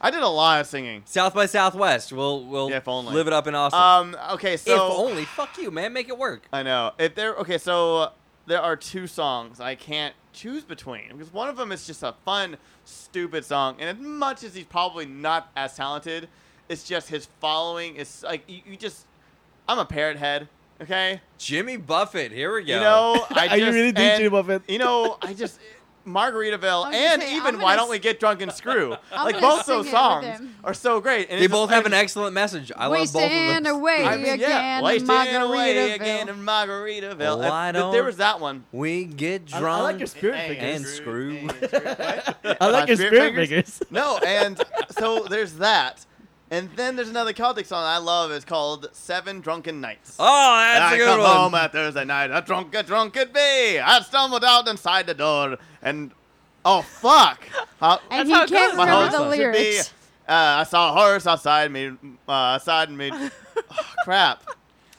S7: I did a lot of singing.
S5: South by Southwest. We'll we'll
S7: If only.
S5: live it up in Austin.
S7: Um. Okay. So
S5: if only. Fuck you, man. Make it work.
S7: I know. If there, okay, so uh, there are two songs I can't choose between because one of them is just a fun, stupid song, and as much as he's probably not as talented, it's just his following is like you, you just. I'm a parrot head, okay?
S5: Jimmy Buffett. Here we go.
S7: You know, I
S1: Are
S7: just,
S1: you really
S7: and-
S1: thinking of it?
S7: You know, I just. Margaritaville
S3: I was gonna
S7: and
S3: say, I'm
S7: even
S3: gonna
S7: Why Don't
S3: s-
S7: We Get Drunk and Screw?
S3: I'm
S7: like
S3: gonna
S7: both
S3: sing
S7: those
S3: it with
S7: songs
S3: him.
S7: are so great. And
S5: they
S7: it's
S5: both
S7: just-
S5: have
S7: I
S5: an
S7: just-
S5: excellent message. I love both of
S3: Wasting
S5: them.
S3: away
S7: I mean, yeah,
S3: again,
S7: wasting away
S3: Margaritaville.
S7: again in Margaritaville.
S5: Why
S7: If- if
S5: don't-
S7: there was that one.
S5: We get
S1: I,
S5: drunk.
S1: I like your spirit fingers.
S5: and screw.
S1: I
S7: My
S1: like your
S7: spirit
S1: spirit
S7: fingers?
S1: fingers.
S7: no, and so there's that. And then there's another Celtic song I love. It's called Seven Drunken Nights.
S5: oh, that's
S7: I
S5: a good
S7: come
S5: one.
S7: home at Thursday night, a drunk, a drunk it be. I stumbled out inside the door, and oh fuck! How-
S3: And
S6: That's how
S3: he
S6: it
S3: can't
S6: goes.
S7: my
S3: remember
S7: heart
S3: the
S7: should be-
S3: lyrics.
S7: uh, I saw a horse outside me, uh, outside me. Oh, crap!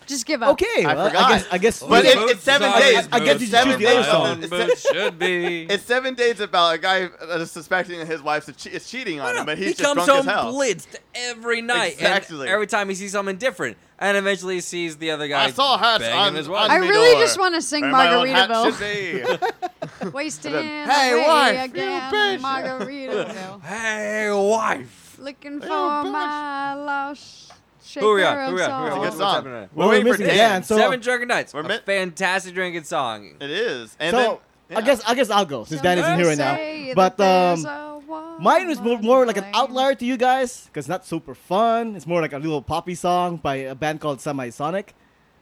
S3: Just give up.
S1: Okay.
S7: I
S1: well,
S7: forgot.
S1: I guess. I guess.
S7: But
S1: you
S7: it-
S1: can-
S7: it's seven
S1: I-
S7: days.
S1: I guess you
S7: Seven
S1: choose the other
S7: days.
S1: song.
S7: It's
S8: But should be.
S7: It's seven days about a guy that is suspecting that his wife is, che- is cheating on him, but he's
S5: he
S7: just
S5: comes
S7: drunk
S5: home
S7: as hell.
S5: blitzed every night. and
S7: Exactly.
S5: every time he sees something different, and eventually he sees the other guy.
S7: I saw her um,
S5: banging
S7: on-
S5: his
S7: on
S5: wife.
S3: I
S7: me
S3: really
S7: door.
S3: just want to sing
S7: Where my own hat
S3: Margaritaville.
S7: should be.
S3: Wasting
S7: Then,
S3: away
S7: "Hey, wife, you
S3: again,
S7: bitch."
S3: Margaritaville.
S5: hey, wife.
S3: Looking for
S7: bitch.
S3: my lost shaker
S5: Who we got?
S3: of
S5: Who we got? Who we
S3: salt.
S7: It's a good
S5: got? What's
S7: song.
S5: happening?
S1: Well, we're
S7: waiting for
S1: missing
S7: Dan.
S1: Dan. So,
S5: Seven Drunken Nights.
S7: We're
S5: A
S7: mi-
S5: fantastic drinking song.
S7: It is. And
S1: so
S7: then,
S1: I
S7: yeah.
S1: guess. I guess I'll go since Dan isn't here right now.
S3: Say
S1: But
S3: that
S1: um.
S3: there's a woman
S1: Mine was more, more like an
S3: playing.
S1: outlier to you guys because not super fun. It's more like a little poppy song by a band called Semisonic.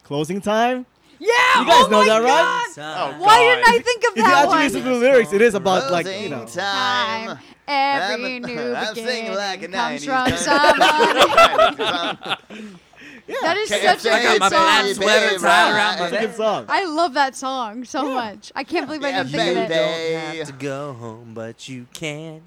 S1: Closing time.
S3: Yeah,
S1: You guys
S3: oh
S1: know
S3: my
S1: that, right?
S3: God.
S7: Oh,
S3: Why didn't I
S7: God.
S3: think of
S1: If you
S3: that
S1: actually
S3: one?
S1: listen to the lyryrics, it is about like you
S7: Closing
S1: know.
S3: time.
S7: time.
S3: Every
S7: I'm a-
S3: new
S7: I'm
S3: beginning
S7: singing like a
S3: comes
S7: 90s
S3: from
S7: guy.
S3: someone. that is
S7: Can't
S3: such a
S7: say
S3: good
S5: my
S7: baby,
S5: black
S3: song.
S5: sweater
S7: baby,
S5: tied around my
S1: It's a
S5: neck.
S1: good song.
S3: I love that song so much. I can't believe I
S7: Yeah,
S3: didn't think of
S7: baby.
S3: it.
S7: Day.
S5: Don't have to go home, but you can.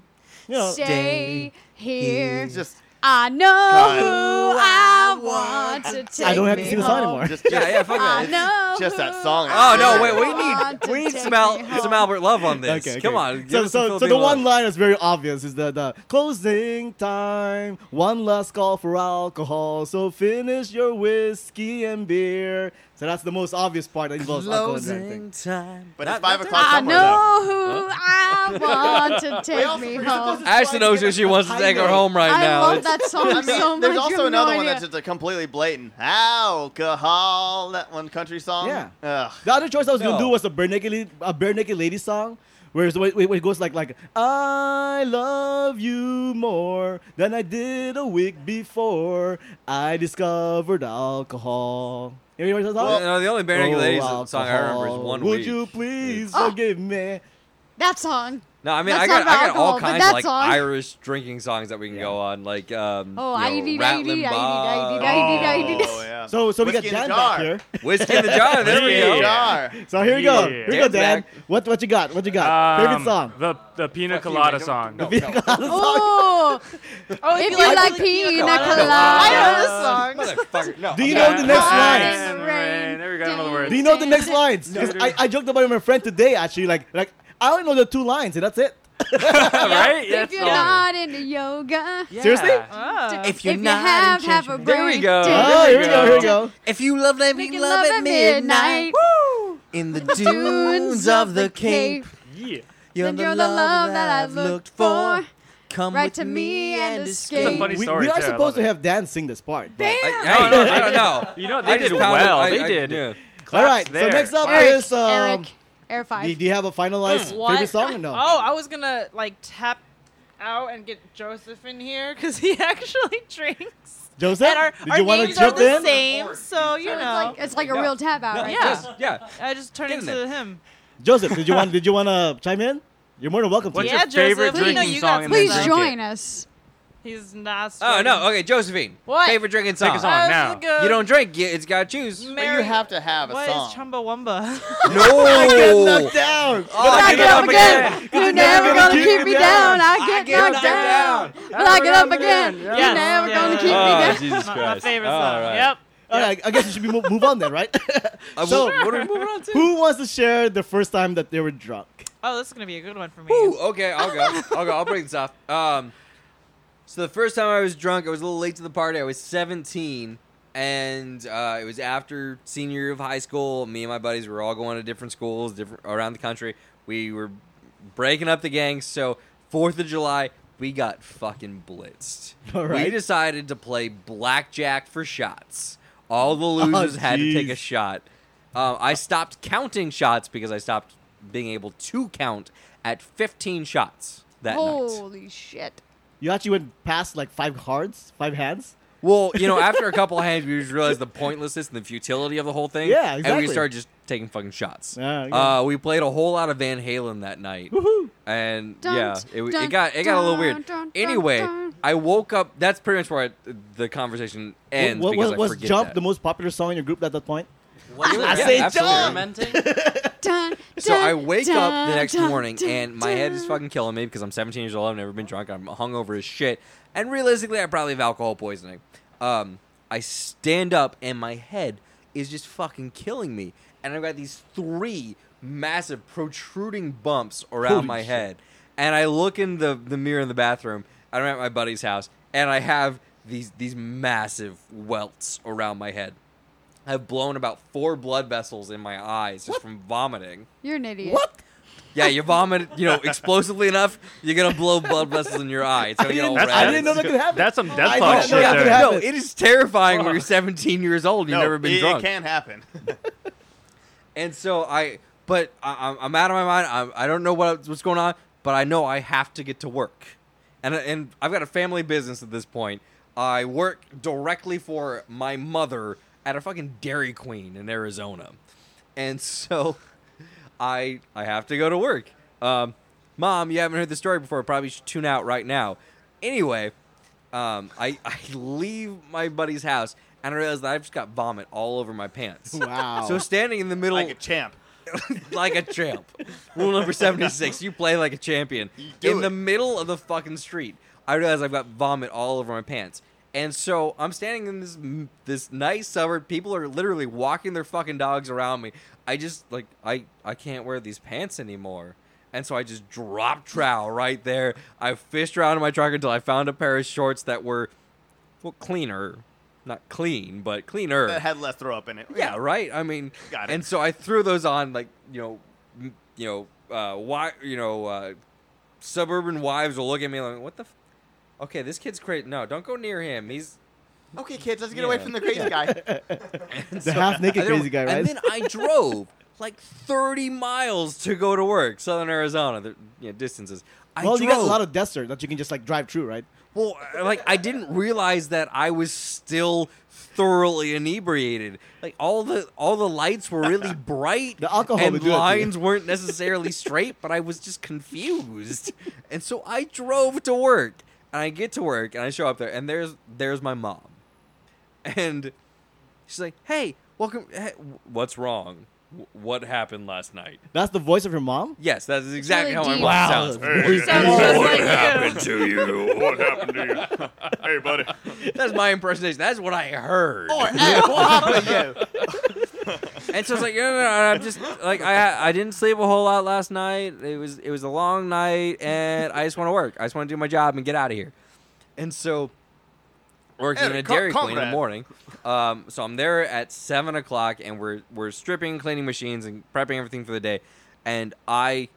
S1: You know,
S3: Stay here.
S7: It's just,
S3: I know who I want to take
S1: I don't have
S3: me
S1: to see the song
S3: home.
S1: anymore.
S7: just,
S5: Yeah,
S7: just-
S5: yeah, fuck
S3: I
S5: that.
S3: know
S7: just that
S3: who
S7: song.
S5: Oh no!
S3: I
S5: Wait, we
S3: want
S5: need
S3: to
S5: we need
S3: take
S5: some
S3: me
S5: Al,
S3: home.
S5: some Albert Love on this.
S1: Okay, okay.
S5: Come on, give
S1: So,
S5: us some
S1: so, so
S5: Filipino
S1: the one
S5: love.
S1: line that's very obvious is the, the closing time. One last call for alcohol. So finish your whiskey and beer. So that's the most obvious part that involves alcohol and everything.
S5: Closing time.
S7: But
S5: Not-
S7: it's five
S5: not
S7: o'clock
S3: I
S7: somewhere.
S3: know who I want to take
S7: also
S3: me
S7: forget
S3: home.
S7: this-
S5: Ashley knows who she wants to take her home right
S3: I
S5: now.
S3: love
S5: It's-
S3: that song so
S7: I mean,
S3: much.
S7: there's
S3: You
S7: also
S3: have no
S7: another one
S3: idea.
S7: that's just a completely blatant alcohol. That one country song.
S1: Yeah.
S7: Ugh.
S1: The other choice I was gonna
S5: No.
S1: do was the bare naked, lady, a bare naked lady song, where, it's, where where it goes like like I love you more than I did a week before I discovered alcohol. You remember that song?
S5: Well, no, the only Bare Naked
S1: Oh,
S5: Ladies song I remember is
S1: alcohol,
S5: one
S1: Would
S5: week.
S1: you please
S3: Oh.
S1: forgive me?
S3: that song.
S5: No, I mean I
S3: That's
S5: got
S3: not about
S5: I got all
S3: alcohol, but
S5: kinds of
S3: that
S5: like
S3: song.
S5: Irish drinking songs that we can go on, like um,
S3: Oh,
S5: you know,
S3: I-dee-dee,
S5: Rattling
S3: I-dee-dee,
S5: Bob,
S3: I-dee-dee, I-dee-dee.
S7: Oh, yeah.
S9: So, so we got
S7: Whiskey in the
S9: Dan
S7: jar.
S9: back here.
S5: whiskey in the jar. There we
S4: Yeah.
S5: go.
S7: Jar.
S9: So here we go.
S4: Yeah.
S9: Here we go, Dan.
S5: Dan's back.
S9: What, what you got? What you got? Favorite
S4: Um,
S9: song?
S4: The the pina
S7: Fuck you,
S4: colada
S7: man. Don't-
S4: song.
S7: no, no.
S3: Oh,
S6: Oh,
S3: if you like
S6: pina
S3: pina
S6: colada.
S3: colada.
S6: I know this song.
S5: Motherfucker. No.
S9: Do you
S5: I'm
S9: know
S5: not-
S9: the next
S3: Hot
S9: lines?
S3: in the rain,
S4: There we go. Another
S3: down
S4: word.
S9: Do you know the next lines? 'Cause
S4: No.
S9: I, I joked about it with my friend today, actually. Like, like I only know the two lines, and that's it.
S4: right?
S3: If you're not into yoga,
S9: Seriously?
S6: Oh.
S3: if you have, have a break.
S5: There we go.
S9: Oh, here we go. Here we go.
S5: If you love them,
S3: Making love at midnight.
S5: in the
S3: Dunes of the Cape.
S4: Yeah.
S3: You're the love that I've looked for.
S5: Come
S3: Right to me and
S4: It's
S3: escape.
S4: a funny
S9: We,
S4: story.
S9: we are
S4: too. I love
S9: supposed to
S4: it.
S9: have Dan sing this part. but-
S5: I,
S4: No, no,
S5: I don't know.
S4: You know
S5: I
S4: they
S5: just
S4: did
S5: pounded-
S4: well.
S5: I-
S4: They
S5: I-
S4: did.
S5: yeah.
S9: All right. So
S4: there.
S9: next up
S3: Eric,
S9: is um.
S3: Eric, Air
S9: Do,
S3: 5.
S9: do you have a finalized favorite song or no?
S6: Oh, I was gonna like tap out and get Joseph in here because he actually drinks.
S9: Joseph,
S6: and our,
S9: did
S6: our
S9: you want to
S6: names are
S9: jump
S6: the
S9: in?
S6: same, so you
S3: It's
S6: know.
S3: like, it's like a real tap out, right?
S6: Yeah.
S5: Just- yeah.
S6: I just turned
S5: Get in
S6: into him.
S9: Joseph, did you want? Did you want to chime in? You're more than welcome to.
S4: What's
S6: Yeah,
S4: your favorite
S6: Joseph, we know
S4: drinking
S6: you got
S4: song? and then
S3: Please
S6: Drink
S4: drink
S3: join
S4: it?
S3: us.
S6: He's Oh, not.
S5: Oh
S6: straight.
S5: no. Okay, Josephine.
S6: What?
S5: Favorite drinking song?
S4: a song.
S6: I was
S4: now.
S6: gonna-
S5: You don't drink. You, it's got to choose.
S7: But you have to have a
S6: What is
S7: song.
S6: Chumbawamba?
S5: No.
S9: I get knocked down.
S5: Oh,
S3: I
S5: I
S3: get up again. You're never gonna keep me down. I
S5: I
S3: get knocked down. But I get up again. You're
S6: Yes.
S3: never
S6: Yeah.
S3: gonna keep me
S5: Uh,
S8: Oh,
S3: down.
S8: Jesus
S6: my, my
S8: Christ.
S6: favorite
S8: All
S6: song.
S8: right. Uh,
S6: Yep.
S9: All right, I guess we should be move, move on then, right?
S5: Uh,
S9: So-
S5: what- what are we moving on to?
S9: Who wants to share the first time that they were drunk?
S6: Oh, this is gonna be a good one for me.
S5: Ooh, okay, I'll go. I'll go. I'll break this off. Um, so the first time I was drunk, I was a little late to the party. I was 17, and uh, it was after senior year of high school. Me and my buddies were all going to different schools, different around the country. We were breaking up the gangs. So Fourth of July, we got fucking blitzed.
S9: All
S5: We
S9: right.
S5: decided to play blackjack for shots. All the
S9: Oh,
S5: losers had to take a
S9: jeez.
S5: shot. Um, I stopped counting shots because I stopped being able to count at 15 shots that night.
S3: Holy shit.
S9: You actually went past like five cards, five hands.
S5: Well, you know, after a couple of hands, we just realized the pointlessness and the futility of the whole thing.
S9: Yeah,
S5: And we
S9: exactly.
S5: started just taking fucking shots.
S9: Yeah, yeah.
S5: uh, we played a whole lot of Van Halen that night.
S9: Woohoo!
S5: and
S3: Dun,
S5: yeah, it, w- it
S3: dun,
S5: got it got a little
S3: dun,
S5: weird.
S3: dun, dun,
S5: anyway,
S3: dun.
S5: I woke up. That's pretty much where I, the conversation ends
S9: what,
S5: because
S9: was,
S5: I
S9: was
S5: forget
S9: "Jump"
S5: that.
S9: the most popular song in your group at that point?
S1: I
S5: Yeah,
S1: say
S5: absolutely.
S1: jump.
S3: Dun,
S5: So I
S3: dun,
S5: wake up
S3: dun,
S5: the next
S3: dun,
S5: morning
S3: dun,
S5: and my head is
S3: dun.
S5: fucking killing me because I'm 17 years old. I've never been drunk. I'm hungover as shit. And realistically, I probably have alcohol poisoning. Um, I stand up and my head is just fucking killing me. And I've got these three massive protruding bumps around
S9: Holy
S5: my
S9: shit.
S5: head. And I look in the, the mirror in the bathroom. and I'm at my buddy's house and I have these these massive welts around my head. I've blown about four blood vessels in my eyes just from vomiting.
S3: You're an idiot.
S5: Yeah, you vomit, you know, explosively enough, you're gonna blow blood vessels in your eye. It's gonna get all
S4: That's-
S5: red.
S9: I didn't know that could happen.
S4: That's some
S9: I
S4: death
S9: didn't
S4: fuck
S9: know
S4: shit
S9: that could
S4: there.
S9: happen.
S5: No, it is terrifying when you're 17 years old and you've
S7: No,
S5: never been
S7: it,
S5: drunk.
S7: It can happen.
S5: And so I, but I, I'm- I'm out of my mind. I'm, I don't know what what's going on, but I know I have to get to work, and and I've got a family business at this point. I work directly for my mother at a fucking Dairy Queen in Arizona, and so I I have to go to work. Um, Mom, you haven't heard the story before. Probably should tune out right now. Anyway, um, I I leave my buddy's house and I realize that I've just got vomit all over my pants.
S9: Wow.
S5: So standing in the middle
S7: like a champ.
S5: like a champ. Rule number 76, you play like a champion.
S7: do
S5: In the
S7: it.
S5: middle of the fucking street, I realize I've got vomit all over my pants. And so I'm standing in this this nice suburb. People are literally walking their fucking dogs around me. I just like I I can't wear these pants anymore. And so I just dropped trowel right there. I fished around in my truck until I found a pair of shorts that were well cleaner, not clean, but cleaner.
S7: that had less throw up in it.
S5: Yeah, right. I mean,
S7: Got it.
S5: and so I threw those on, like you know, m- you know, uh, why, you know, uh, suburban wives will look at me like, "What the? F- okay, this kid's crazy. No, don't go near him. He's
S7: Okay, kids, let's get away
S5: Yeah.
S7: from the crazy guy.
S9: The
S5: and so-
S9: half-naked
S5: and then-
S9: crazy guy, right?
S5: And then I drove like thirty miles to go to work, Southern Arizona. The, you know, distances. I
S9: well,
S5: drove.
S9: you got a lot of desert that you can just like drive through, right?
S5: Well, like I didn't realize that I was still thoroughly inebriated. Like all the all the lights were really bright.
S1: The alcohol would
S5: and
S1: do it to you.
S5: lines weren't necessarily straight, but I was just confused. and so I drove to work. And I get to work and I show up there and there's there's my mom. And she's like, "Hey, welcome hey, what's wrong?"
S8: W- What happened last night?
S9: That's the voice of your mom. Oh,
S5: Yes, that is exactly
S3: really
S5: how my
S3: deep.
S5: mom
S3: Wow.
S5: sounds.
S3: Sounds just
S6: uh,
S3: like you.
S8: to you? What happened to you?
S7: hey, buddy.
S5: That's my impersonation. That's what I heard.
S8: Oh,
S5: and so it's like, no, no, no, I'm just like I I didn't sleep a whole lot last night. It was it was a long night, and I just want to work. I just want to do my job and get out of here. And so, working
S7: Eric,
S5: at a
S7: com-
S5: Dairy Queen in the
S7: comrade.
S5: morning. Um, so I'm there at seven o'clock, and we're we're stripping, cleaning machines, and prepping everything for the day. And I,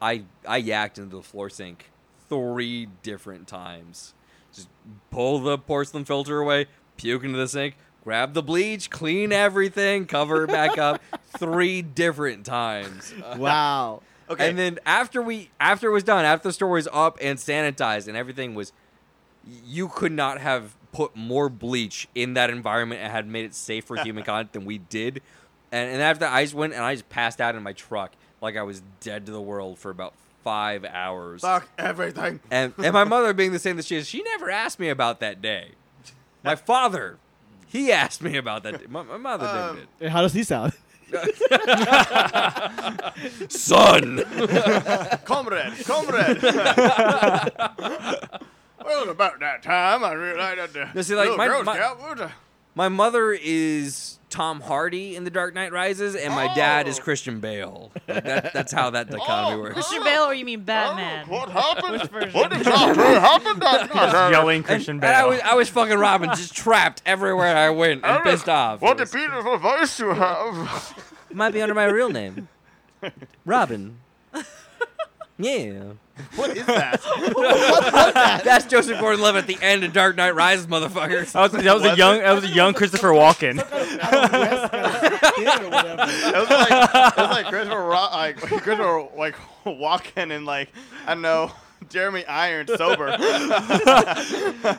S5: I, I yacked into the floor sink three different times. Just pull the porcelain filter away, puke into the sink, grab the bleach, clean everything, cover it back up three different times.
S9: Wow.
S7: Okay.
S5: And then after we after it was done, after the store was up and sanitized and everything was you could not have put more bleach in that environment and had made it safe for human contact than we did. And and after that, I just went and I just passed out in my truck like I was dead to the world for about five hours.
S7: Fuck everything.
S5: And and my mother being the same that she is, she never asked me about that day. My father, he asked me about that day. My, my mother
S7: Um,
S5: didn't.
S9: And how does he sound?
S8: Son!
S7: Comrade, comrade. well, about that time, I realized that the
S5: No, see, like,
S7: little
S5: my-
S7: Girl
S5: my-
S7: Scout was a-
S5: My mother is Tom Hardy in The Dark Knight Rises, and my dad is
S7: Oh.
S5: Christian Bale. Like, that, that's how that dichotomy works.
S7: Oh.
S6: Mr. Bale, or you mean
S7: Oh,
S6: Batman?
S7: what happened?
S6: version?
S7: What exactly happened that night?
S4: yelling Christian
S5: And
S4: Bale.
S5: I was, I was fucking Robin, just trapped everywhere I went and
S7: Eric,
S5: pissed off.
S7: What a
S5: It was-
S7: beautiful voice you have.
S5: might be under my real name, Robin. Yeah,
S7: what is that?
S5: that's Joseph Gordon-Levitt at the end of Dark Knight Rises, motherfuckers.
S4: that was, that was a young that was a young Christopher Walken.
S7: It was like, it was like Christopher, Ro- like, Christopher like, Walken and, like, I don't know, Jeremy Irons sober.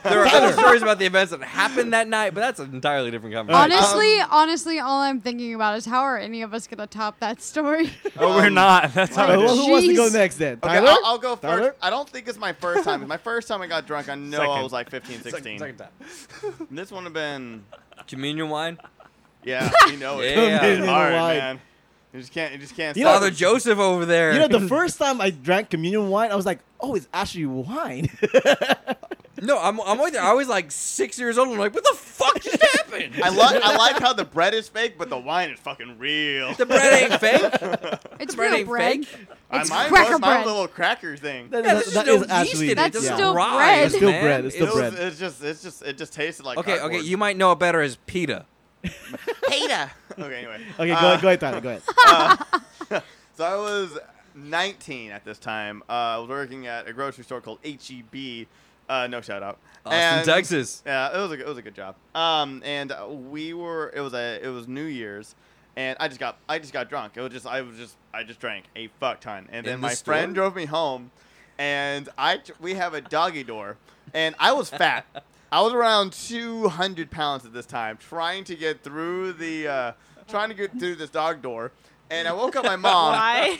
S5: There are other stories about the events that happened that night, but that's an entirely different conversation.
S3: Honestly, honestly, all I'm thinking about is how are any of us gonna top that story?
S4: But we're not. That's how
S9: Well,
S4: it is.
S9: who wants to go
S3: Jeez.
S9: next then?
S7: Um, Okay,
S9: Tyler?
S7: I'll, I'll go first.
S9: Tyler?
S7: I don't think it's my first time. My first time I got drunk, I know I
S4: Second.
S7: was like 15, 16.
S5: Second time.
S7: This one have been,
S5: Communion wine.
S7: yeah, you know it.
S5: Yeah.
S7: It's
S9: Communion
S7: hard,
S9: wine.
S7: man. You just can't. You just can't.
S9: You know-
S7: stop
S5: Father
S7: it.
S5: Joseph over there.
S9: You know, the first time I drank communion wine, I was like, "Oh, it's actually wine."
S5: No, I'm I'm always, I was like six years old. I'm like, what the fuck just happened?
S7: I like. I like how the bread is fake, but the wine is fucking real.
S5: the bread ain't fake.
S3: It's
S5: bread
S3: real
S5: ain't
S3: bread.
S5: fake.
S7: I
S3: It's
S7: mine
S3: cracker
S7: was my
S3: bread.
S7: little cracker thing.
S9: That
S5: Yeah,
S9: is-
S5: there's
S9: that
S5: no
S9: is
S5: yeast
S9: actually
S5: in it.
S3: That's
S5: It's
S3: still
S5: rise,
S3: bread. It's
S9: still
S5: man.
S9: bread. It's
S7: it
S9: still
S7: was,
S9: bread.
S7: It's just. It's just. It just tasted like.
S5: Okay, okay, you might know it better as pita.
S7: Peter. okay, anyway.
S9: Okay, go,
S7: Uh,
S9: ahead, go ahead, Tyler. Go ahead.
S7: So I was 19 at this time. Uh, I was working at a grocery store called HEB. Uh, no shout out.
S5: Austin,
S7: And-
S5: Texas.
S7: Yeah, it was a it was a good job. Um, and uh, we were it was a it was New Year's, and I just got I just got drunk. It was just I was just I just drank a fuck ton, and then
S5: In the
S7: my
S5: store?
S7: friend drove me home, and I t- we have a doggy door, and I was fat. I was around 200 pounds at this time, trying to get through the uh, trying to get through this dog door, and I woke up my mom
S6: Why?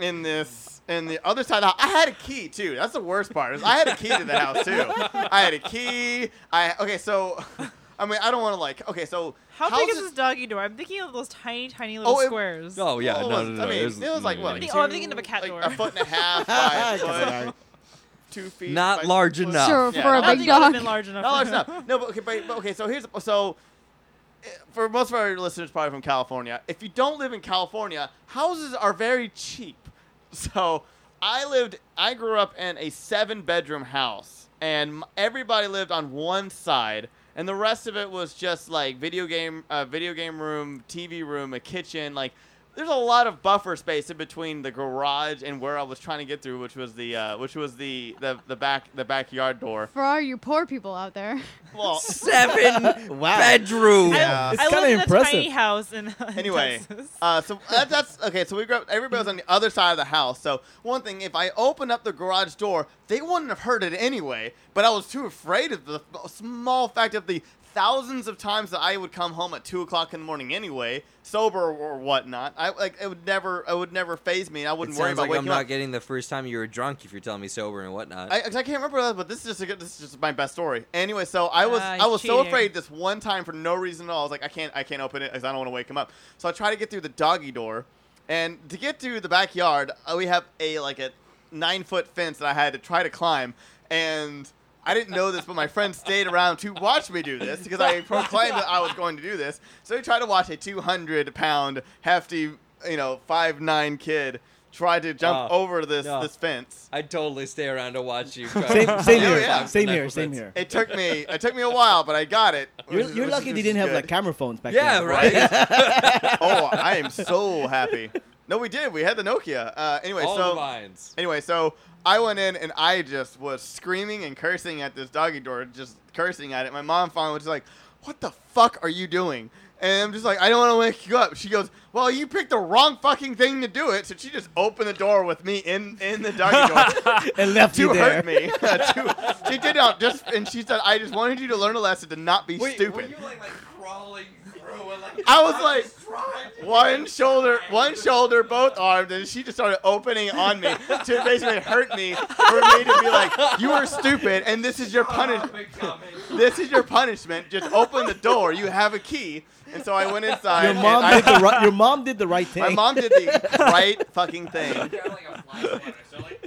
S7: in this in the other side of the house. I had a key too. That's the worst part. Is I had a key to the house too. I had a key. I okay, so I mean I don't want to like okay, so
S6: How big is
S7: houses-
S6: this doggy door? I'm thinking of those tiny, tiny little
S7: Oh, it-
S6: squares.
S5: Oh
S7: what
S5: yeah, no,
S7: was-
S5: no, no.
S7: I mean,
S5: there's- mm.
S7: it was like, what,
S5: no,
S7: like
S5: no,
S6: oh, I'm thinking of a cat
S7: like
S6: door.
S7: a foot and a half by a foot, two feet.
S5: Not
S7: by
S5: large
S7: foot.
S5: enough.
S3: So
S7: Yeah.
S3: for
S7: I
S3: a
S7: don't
S3: big
S6: think it would've
S3: dog.
S6: been large enough.
S7: Not large enough. No, but okay, but, but okay. So here's so. eh, For most of our listeners, probably from California, if you don't live in California, houses are very cheap. So I lived, I grew up in a seven bedroom house, and m- everybody lived on one side, and the rest of it was just like video game, uh, video game room, TV room, a kitchen. Like there's a lot of buffer space in between the garage and where I was trying to get through, which was the uh, which was the, the the back the backyard door.
S3: For all you poor people out there,
S7: Well,
S5: Seven
S1: Wow.
S5: bedroom.
S1: Yeah. It's
S6: I
S1: kinda
S6: lived in
S1: impressive.
S6: a tiny house in, in
S7: anyway,
S6: Texas.
S7: uh, so that, that's okay. So we grew up. Everybody was on the other side of the house. So one thing, if I opened up the garage door, they wouldn't have heard it anyway. But I was too afraid of the f- small fact of the thousands of times that I would come home at two o'clock in the morning anyway, sober or whatnot. I like it would never. It would never phase me. I
S5: It
S7: wouldn't worry
S5: sounds
S7: about
S5: like
S7: waking
S5: I'm not
S7: up.
S5: getting the first time you were drunk if you're telling me sober and whatnot.
S7: I, 'cause I can't remember that, but this is just a good, this is just my best story. Anyway, so I was
S6: Ah,
S7: I
S6: he's
S7: was so
S6: cheating.
S7: afraid this one time for no reason at all. I was like, I can't I can't open it because I don't want to wake him up. So I try to get through the doggy door, and to get to the backyard, uh, we have a like a nine foot fence that I had to try to climb, and I didn't know this, but my friend stayed around to watch me do this because I proclaimed that I was going to do this. So he tried to watch a two hundred pound hefty, you know, five nine kid try to jump
S5: Oh,
S7: over this
S5: no.
S7: this fence.
S5: I'd totally stay around to watch you. try to
S9: Same,
S5: find
S9: same
S7: Oh,
S9: here.
S7: yeah.
S9: Same
S5: the
S9: here.
S5: knuckleheads.
S9: Same here.
S7: It took me it took me a while, but I got it.
S1: You're,
S7: Which-
S1: you're
S7: which
S1: lucky
S7: is-
S1: they
S7: which
S1: didn't
S7: is
S1: have like
S7: good.
S1: camera phones back
S5: Yeah,
S1: then.
S5: right.
S7: oh, I am so happy. No, we did. We had the Nokia. Uh, anyway,
S5: All
S7: so
S5: the vines.
S7: anyway, so I went in and I just was screaming and cursing at this doggy door, just cursing at it. My mom finally was just like, "What the fuck are you doing?" And I'm just like, "I don't want to wake you up." She goes, "Well, you picked the wrong fucking thing to do it." So she just opened the door with me in in the doggy door.
S1: And left
S7: to
S1: you there.
S7: hurt me. To- she did not just, and she said, "I just wanted you to learn a lesson to not be stupid."
S5: like, like crawling through and like
S7: I was like, one shoulder, one shoulder, both arms, and she just started opening on me to basically hurt me for me to be like, "You are stupid, and this is your punishment. This is your punishment. Just open the door. You have a key." And so I went inside.
S1: Your
S7: and
S1: mom,
S7: I-
S1: did the right, your mom did the right thing.
S7: my mom did the right fucking thing.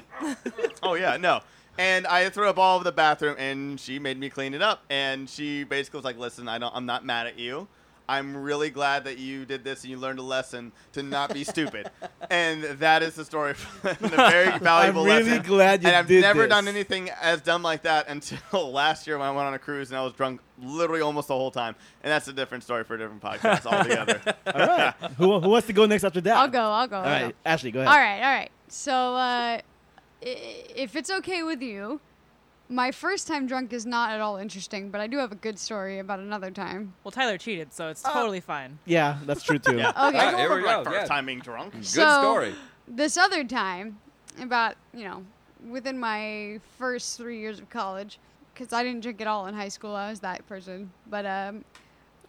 S7: Oh yeah, no. And I threw up all over the bathroom, and she made me clean it up. And she basically was like, "Listen, I don't. I'm not mad at you. I'm really glad that you did this and you learned a lesson to not be stupid." And that is the story, and a very
S1: I'm
S7: valuable
S1: really
S7: lesson.
S1: glad you
S7: and I've
S1: did
S7: never
S1: this.
S7: done anything as dumb like that until last year when I went on a cruise and I was drunk literally almost the whole time. And that's a different story for a different podcast altogether.
S1: All right. Who, who wants to go next after that?
S3: I'll go. I'll go.
S1: All right, Ashley, go ahead.
S3: All right. All right. So, uh, i- if it's okay with you, my first time drunk is not at all interesting, but I do have a good story about another time.
S6: well, Tyler cheated, so it's totally fine.
S1: Yeah, that's true too.
S7: Yeah.
S3: Okay.
S7: I
S5: Ah, Here
S7: don't
S5: we
S7: remember my
S1: Oh,
S5: go,
S7: first
S5: yeah.
S7: time being drunk.
S5: Good
S3: So-
S5: story.
S3: this other time about you know within my first three years of college because i didn't drink at all in high school i was that person but um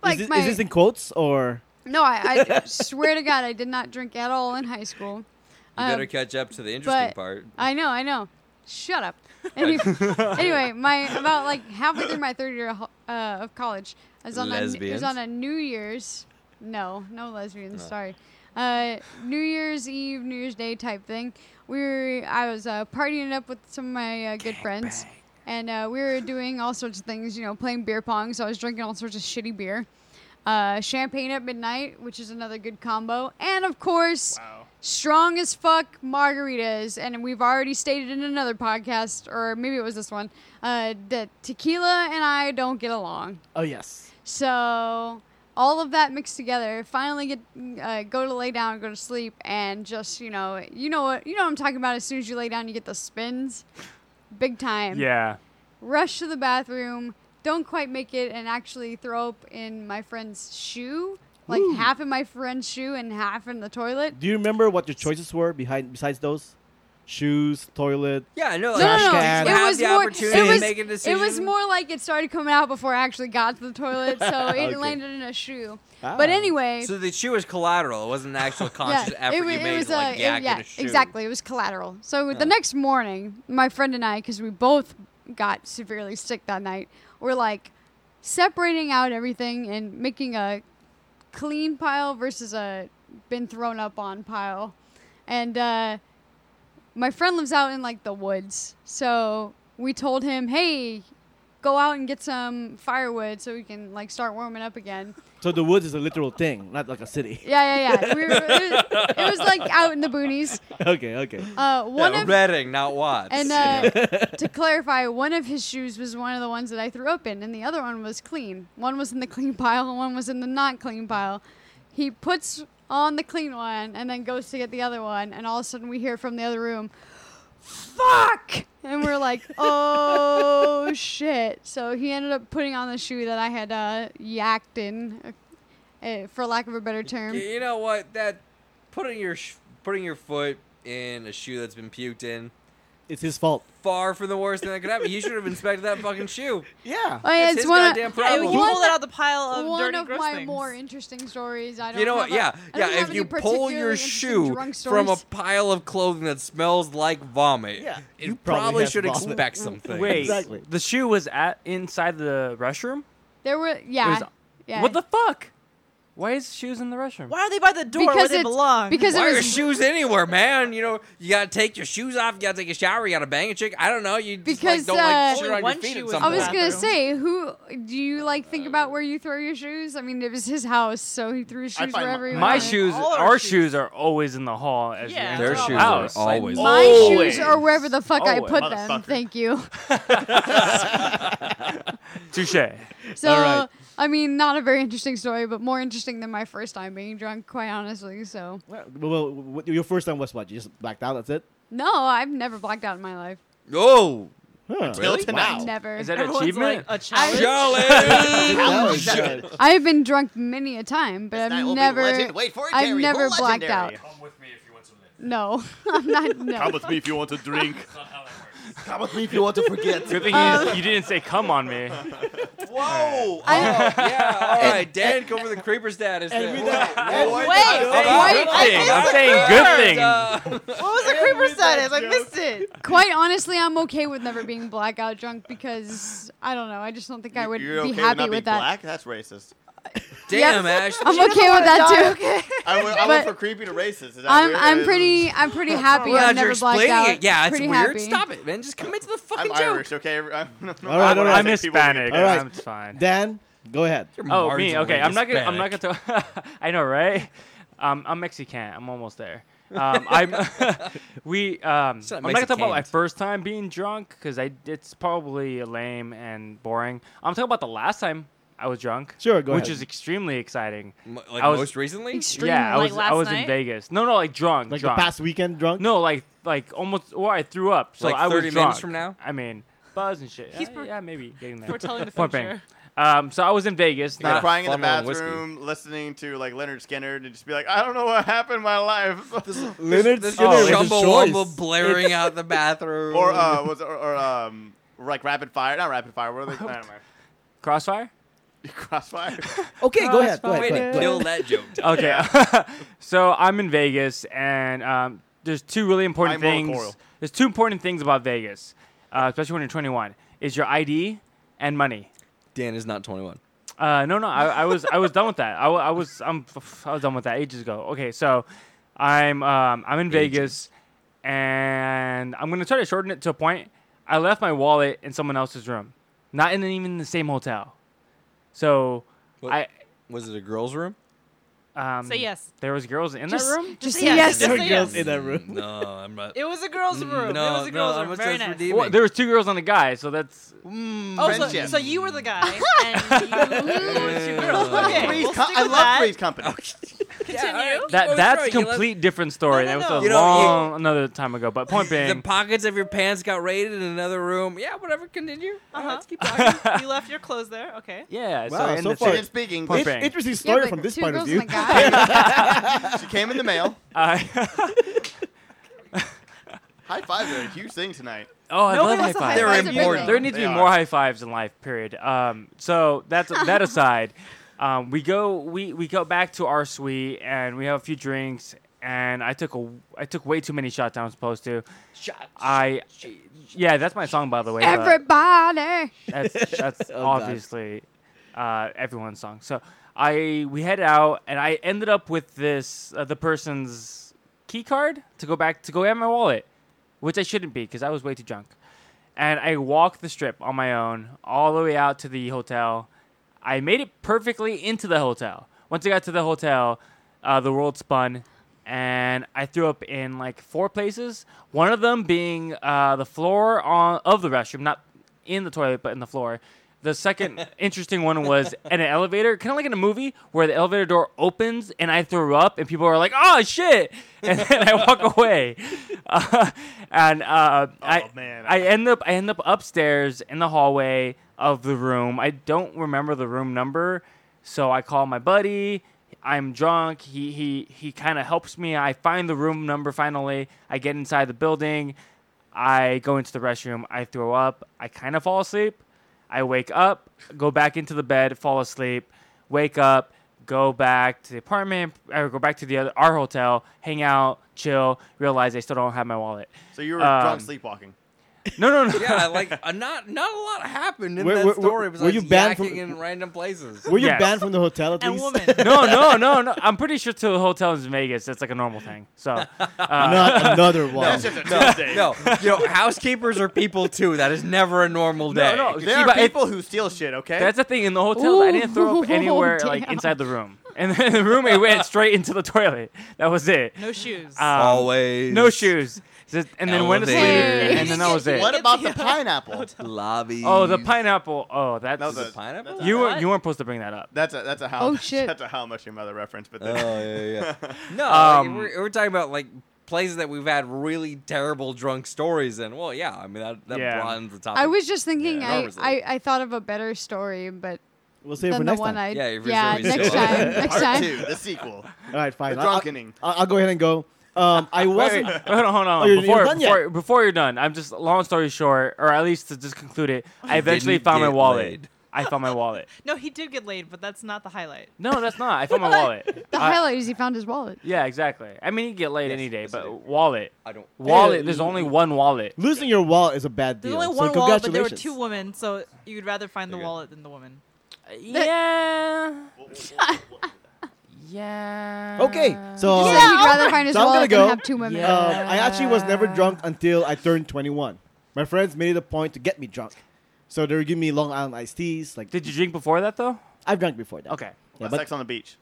S3: like
S1: is, this,
S3: my
S1: is this in quotes or?
S3: no i, I swear to god i did not drink at all in high school
S5: You better
S3: Um,
S5: catch up to the interesting
S3: but uh,
S5: part.
S3: I know, I know. Shut up. Any- anyway, my about like halfway through my third year of ho- uh, of college, I was on a I was
S5: Lesbians?
S3: on a New Year's. No, no lesbians. Sorry. Uh, New Year's Eve, New Year's Day type thing. We were I was uh, partying it up with some of my uh, good friends, and uh, we were doing all sorts of things. You know, playing beer pong. So I was drinking all sorts of shitty beer. Uh, champagne at midnight, which is another good combo, and of course, strong as fuck margaritas and we've already stated in another podcast or maybe it was this one uh, that tequila and i don't get along
S1: Oh yes.
S3: so all of that mixed together finally get uh, go to lay down go to sleep and just you know you know what you know what i'm talking about as soon as you lay down you get the spins big time
S4: Yeah.
S3: rush to the bathroom, don't quite make it, and actually throw up in my friend's shoe. Like half in my friend's shoe and half in the toilet.
S1: Do you remember what your choices were behind besides those? Shoes, toilet.
S5: Yeah,
S3: No,
S5: no, like,
S3: no, no.
S1: can.
S5: you
S3: It
S5: have
S3: was
S5: the
S3: more.
S5: opportunity
S3: It was,
S5: to make a
S3: it
S5: decision.
S3: was more like it started coming out before I actually got to the toilet, so it
S1: Okay.
S3: landed in a shoe.
S1: Ah.
S3: But anyway,
S5: So the shoe was collateral. It wasn't an actual conscious effort
S3: wa-
S5: you made to like
S3: uh,
S5: yak
S3: yeah,
S5: in a shoe.
S3: exactly. It was collateral. So the next morning, my friend and I, because we both got severely sick that night, were like separating out everything and making a clean pile versus a been thrown up on pile. And uh, my friend lives out in like the woods, so we told him, "Hey, go out and get some firewood so we can like start warming up again."
S1: So the woods is a literal thing, not like a city.
S3: Yeah, yeah, yeah. We were, it, was, it was like out in the boonies.
S1: okay, okay.
S3: Uh, one
S5: Yeah,
S3: of
S5: Reading, not Watts.
S3: and uh, to clarify, one of his shoes was one of the ones that I threw up in, and the other one was clean. One was in the clean pile, and one was in the not clean pile. He puts on the clean one and then goes to get the other one, and all of a sudden we hear from the other room, "Fuck!" And we're like, "Oh shit!" So he ended up putting on the shoe that I had uh, yacked in, uh, eh, for lack of a better term.
S5: You know what? That putting your sh- putting your foot in a shoe that's been puked in
S9: It's his fault.
S5: far from the worst thing that could happen. You should have inspected that fucking shoe.
S9: Yeah.
S3: Oh, yeah,
S5: That's
S3: it's
S5: his
S3: one of-
S6: Yeah,
S5: goddamn problem.
S6: you
S3: One
S6: pulled it out the pile of
S3: one
S6: dirty
S3: of
S6: gross
S3: my
S6: things.
S3: more interesting stories. I don't.
S5: You know
S3: have
S5: what?
S3: a-
S5: Yeah,
S3: I don't
S5: yeah.
S3: have
S5: If
S3: any
S5: you pull
S3: particularly
S5: your
S3: interesting
S5: shoe
S3: drunk
S5: from a
S3: stories.
S5: pile of clothing that smells like vomit,
S9: Yeah.
S5: you,
S9: You probably
S5: probably,
S9: have
S5: should
S9: vomit.
S5: expect something.
S4: Wait,
S9: Exactly.
S4: the shoe was at inside the restroom.
S3: there were yeah,
S4: was-
S3: yeah.
S4: What the fuck? Why is shoes in the restroom?
S6: Why are they by the door where
S3: Because
S6: they
S3: it's-
S6: belong?
S3: because
S5: Why
S3: it
S5: are your
S3: was
S5: shoes anywhere, man? You know, you gotta take your shoes off. You gotta take a shower. You gotta bang a chick. I don't know. You just,
S3: Because,
S5: like, don't like
S3: uh,
S5: shit on your
S6: Only
S5: feet
S6: one
S5: at
S6: shoe
S5: some
S3: I was
S5: point.
S3: gonna
S6: bathroom.
S3: say, who do you like think about where you throw your shoes? I mean, it was his house, so he threw his
S7: I
S3: shoes
S7: find
S3: wherever
S7: my-
S3: he
S4: My
S3: wanted.
S4: shoes,
S6: All our
S4: our
S6: shoes.
S4: shoes are always in the hall as
S6: Yeah.
S4: you
S6: Their
S4: enter the
S6: shoes
S5: are
S4: house. Like,
S5: always-
S3: My
S4: always.
S3: shoes are wherever the fuck I
S4: Always.
S3: put them.
S7: Motherfucker.
S3: Thank you.
S4: touche.
S3: So
S9: All right.
S3: I mean, not a very interesting story, but more interesting than my first time being drunk, quite honestly. So
S9: Well, well, what- your first time was what? You just blacked out. That's it.
S3: no, I've never blacked out in my life.
S5: Oh,
S9: Huh.
S7: Till tonight.
S3: Never.
S4: Is that an
S6: Everyone's
S4: achievement?
S6: like a challenge.
S5: Charlie!
S9: Oh,
S3: I have been drunk many a time, but
S7: night
S3: I've
S7: will be
S3: never.
S7: legend- wait for it,
S3: I've
S7: Terry,
S3: never
S7: we'll
S3: blacked
S7: legendary.
S3: out. No, I'm not. No.
S7: Come with me if you want to drink. Come with me if you want to forget.
S4: Good thing you didn't- you didn't say "come on me."
S5: Whoa!
S3: I-
S5: Oh, yeah, all right. Dan, go for the creeper status. then.
S9: we
S5: Whoa,
S9: don't-
S5: whoa,
S6: Wait,
S5: whoa,
S6: wait,
S5: whoa.
S6: I
S4: Thing. I'm
S6: missed
S4: saying
S6: the
S4: good
S6: word.
S4: thing.
S5: Uh,
S6: What was the creeper status? I missed it.
S3: Quite honestly, I'm okay with never being blackout drunk because I don't know. I just don't think I would
S7: You're okay
S3: be
S7: with
S3: happy
S7: not being
S3: with that.
S7: Black? That's racist.
S5: Damn,
S3: Yes.
S5: Ash.
S3: I'm okay with that too.
S7: I went, I
S3: But-
S7: went for creepy to racist. Is that
S3: I'm
S7: weird?
S3: I'm
S7: Is-
S3: pretty I'm pretty happy.
S5: Glad
S3: I've
S5: you're
S3: never blacked
S5: explaining
S3: out.
S5: it. Yeah, it's
S3: pretty
S5: weird.
S3: Happy.
S5: Stop it, man. Just commit to the
S7: I'm
S5: fucking joke.
S7: Irish, okay? I'm,
S9: All right, all right.
S4: I'm Hispanic.
S9: All right.
S4: I'm fine.
S9: Dan, go ahead.
S4: Oh, me?
S5: Marginally
S4: Okay, I'm not gonna. I'm not gonna. Talk. I know, right? Um, I'm Mexican. I'm almost there. Um, I'm. we. Um,
S5: not
S4: I'm not gonna talk about my
S5: Mexican.
S4: first time being drunk because I. It's probably lame and boring. I'm talking about the last time I was drunk.
S9: Sure, go
S4: Which
S9: ahead.
S4: is extremely exciting.
S5: M- Like
S4: I was-
S5: most recently?
S6: Extreme,
S4: yeah, I
S6: like
S4: was.
S6: last
S4: I was in
S6: night?
S4: Vegas. No, no, like drunk.
S9: Like
S4: drunk.
S9: the past weekend drunk.
S4: No, like like almost. Or I threw up. So
S5: Like
S4: I was
S5: 30 minutes
S4: drunk.
S5: from now?
S4: I mean, buzz and shit.
S6: He's
S4: Yeah,
S6: pro-
S4: yeah, maybe getting there.
S6: foretelling the
S4: Point being.
S6: future.
S4: Um, so I was in Vegas.
S5: gotta
S4: Not,
S7: crying in the
S5: Funnel and whiskey.
S7: bathroom, listening to like Leonard Skinner, and just be like, I don't know what happened in my life.
S9: Leonard
S5: This
S9: Skinner was a
S5: Chumbawamba
S9: choice.
S5: blaring out the bathroom.
S7: or uh, was or, or um, like rapid fire, not rapid fire. What are they? I don't know.
S4: Crossfire.
S7: Crossfire.
S9: Okay, go ahead. Go ahead.
S4: fine.
S5: Way
S9: Go
S5: to
S9: ahead.
S5: kill that joke. Dan.
S4: Okay. so I'm in Vegas, and um, there's two really important
S7: I'm
S4: things.
S7: Monocoral.
S4: There's two important things about Vegas, uh, especially when you're 21, is your ID and money.
S5: Dan is not 21.
S4: Uh, no, no, I, I was I was done with that. I, wa- I was I'm I was done with that ages ago. Okay, so I'm um, I'm in Vegas, and I'm gonna try to shorten it to a point. I left my wallet in someone else's room, not in even the same hotel. So
S5: What?
S4: I
S5: Was it a girl's room?
S4: um,
S6: Say yes.
S4: There was girls in
S3: Just-
S4: that room.
S3: Just
S6: say yes.
S9: There
S6: Just
S9: were
S6: say
S9: girls
S6: yes.
S9: in that room.
S5: No, I'm not.
S6: It was a girl's room.
S5: No,
S6: it was a
S5: no,
S6: girl's
S5: I'm
S6: room.
S5: just
S6: Very
S5: just
S6: nice.
S5: redeeming.
S4: Well, there was two girls on a guy, so that's
S6: Oh, so,
S7: Friendship.
S6: so you were the guy, and you were two girls.
S5: Yeah.
S6: Okay,
S7: Three's
S6: we'll
S7: Co-
S6: stick
S7: I
S6: with
S7: love
S6: that.
S7: Three's Company.
S6: Continue.
S4: that.
S5: always
S4: that's
S5: Oh, right,
S4: a
S5: you love-
S4: complete different story.
S6: No, no,
S4: that
S6: no.
S4: was a
S5: You know, you-
S4: long another time ago. But point
S5: The
S4: being,
S5: pockets of your pants got raided in another room. Yeah, whatever. Continue.
S6: Uh-huh.
S5: Let's keep
S6: you left your clothes there. Okay.
S4: yeah.
S9: Wow,
S4: so in
S9: so
S4: the
S9: far-
S7: She didn't speak English.
S9: It's
S4: Bang.
S9: interesting
S3: Yeah,
S9: story
S3: but
S9: from this
S3: two
S9: point of
S3: girls
S9: view.
S3: and a guy.
S7: She came in the mail.
S4: I-
S7: High fives are a huge thing tonight.
S4: Oh, I
S6: Nobody
S4: love high
S6: wants to
S4: fives.
S6: high
S5: They're
S3: fives are
S5: important.
S3: big.
S4: There needs to
S7: They
S4: be
S7: are.
S4: more high fives in life. Period. Um, so that's that aside. Um, we go we we go back to our suite and we have a few drinks and I took a I took way too many shots than I was supposed to.
S5: Shots.
S4: I yeah, that's my song by the way. but-
S3: Everybody.
S4: that's that's
S9: Oh, God.
S4: obviously uh, everyone's song. So I we head out, and I ended up with this uh, the person's key card to go back to go get my wallet, which I shouldn't be because I was way too drunk. And I walked the strip on my own all the way out to the hotel. I made it perfectly into the hotel. Once I got to the hotel, uh, the world spun, and I threw up in like four places. One of them being uh, the floor on of the restroom, not in the toilet, but in the floor. The second interesting one was at an elevator, kind of like in a movie where the elevator door opens and I throw up and people are like, "Oh shit!" and then I walk away. Uh, and uh, I,
S7: man.
S4: I end up I end up upstairs in the hallway of the room. I don't remember the room number, so I call my buddy. I'm drunk. He he he kind of helps me. I find the room number finally. I get inside the building. I go into the restroom. I throw up. I kind of fall asleep. I wake up, go back into the bed, fall asleep, wake up, go back to the apartment or go back to the other our hotel, hang out, chill, realize I still don't have my wallet.
S7: So you were
S4: Um,
S7: drunk sleepwalking.
S4: No, no, no.
S5: Yeah, like uh, not not a lot happened in
S1: Were-
S5: that
S1: were-
S5: story. It was
S1: were
S5: like
S1: you banned
S5: yakking
S1: from-
S5: in random places.
S1: Were you
S4: Yes.
S1: banned from the hotel at
S6: And
S1: least?
S6: woman.
S4: no, no, no, no. I'm pretty sure to the hotels in Vegas, that's like a normal thing. So, uh,
S1: Not another one.
S7: That's just a
S5: No,
S7: Tuesday.
S5: no, you know, housekeepers are people too. That is never a normal day.
S4: no, no.
S7: There
S4: see,
S7: are
S4: but it-
S7: people who steal shit, okay?
S4: that's the thing in the hotels. I didn't throw up
S3: Ooh,
S4: anywhere like
S3: damn.
S4: inside the room, and then the room it went straight into the toilet. That was it.
S6: No shoes.
S4: Um,
S5: Always
S4: no shoes. Just- And then went to sleep,
S3: Elevator.
S4: and then that was it.
S7: what about the
S6: Yeah.
S7: pineapple?
S5: lobby.
S4: Oh, the pineapple. Oh, that's
S7: No, the-
S5: pineapple.
S4: you
S6: What?
S4: weren't you weren't supposed to bring that up.
S7: That's a that's a how
S3: Oh, shit.
S7: that's a how much your mother reference, but
S5: Oh
S7: then,
S5: yeah, yeah. No,
S4: Um,
S5: like, we're, we're talking about like places that we've had really terrible drunk stories in. Well, yeah, I mean that that
S4: Yeah.
S5: broadens the topic.
S3: I was just thinking
S5: Yeah, enormously.
S3: I, I, I thought of a better story, but
S1: We'll save it for
S3: than the
S1: next
S3: one
S1: time.
S3: I
S5: Yeah, you're reserving
S3: next
S5: so much.
S3: time. Next
S7: part
S3: time.
S7: two, the sequel.
S1: All right, fine.
S7: The
S1: I'll-
S7: drunkening.
S1: I'll, I'll go ahead and go. Um, I
S4: Wait,
S1: wasn't.
S4: wait, hold on, hold on.
S1: Oh, you're-
S4: before,
S1: you're done yet?
S4: before, before you're done, I'm just long story short, or at least to just conclude it, I
S5: You
S4: eventually
S5: didn't
S4: found my
S5: get
S4: wallet.
S5: laid.
S4: I found my wallet.
S6: no, he did get laid, but that's not the highlight.
S4: No, that's not. I found my wallet.
S3: The
S4: I-
S3: highlight is he found his wallet.
S4: yeah, exactly. I mean, you get laid
S5: Yes,
S4: any day,
S5: yes, I
S4: but
S5: do.
S4: wallet,
S5: I don't.
S4: wallet. There's only one wallet.
S1: Losing your wallet is a bad deal.
S6: There's only
S1: so
S6: one wallet, but there were
S1: congratulations.
S6: two women, so you'd rather find the
S5: Okay.
S6: wallet than the woman.
S4: Yeah. Yeah.
S1: Okay, so
S3: He said he'd uh, rather find his
S1: So I'm gonna
S3: wallet than
S1: go.
S3: have two women.
S4: Yeah.
S1: um, I actually was never drunk until I turned 21. My friends made it a point to get me drunk. So they were giving me Long Island iced teas. Like
S4: Did you drink before that though?
S1: I've drunk before that.
S4: Okay.
S1: Yeah, but
S7: sex on the beach.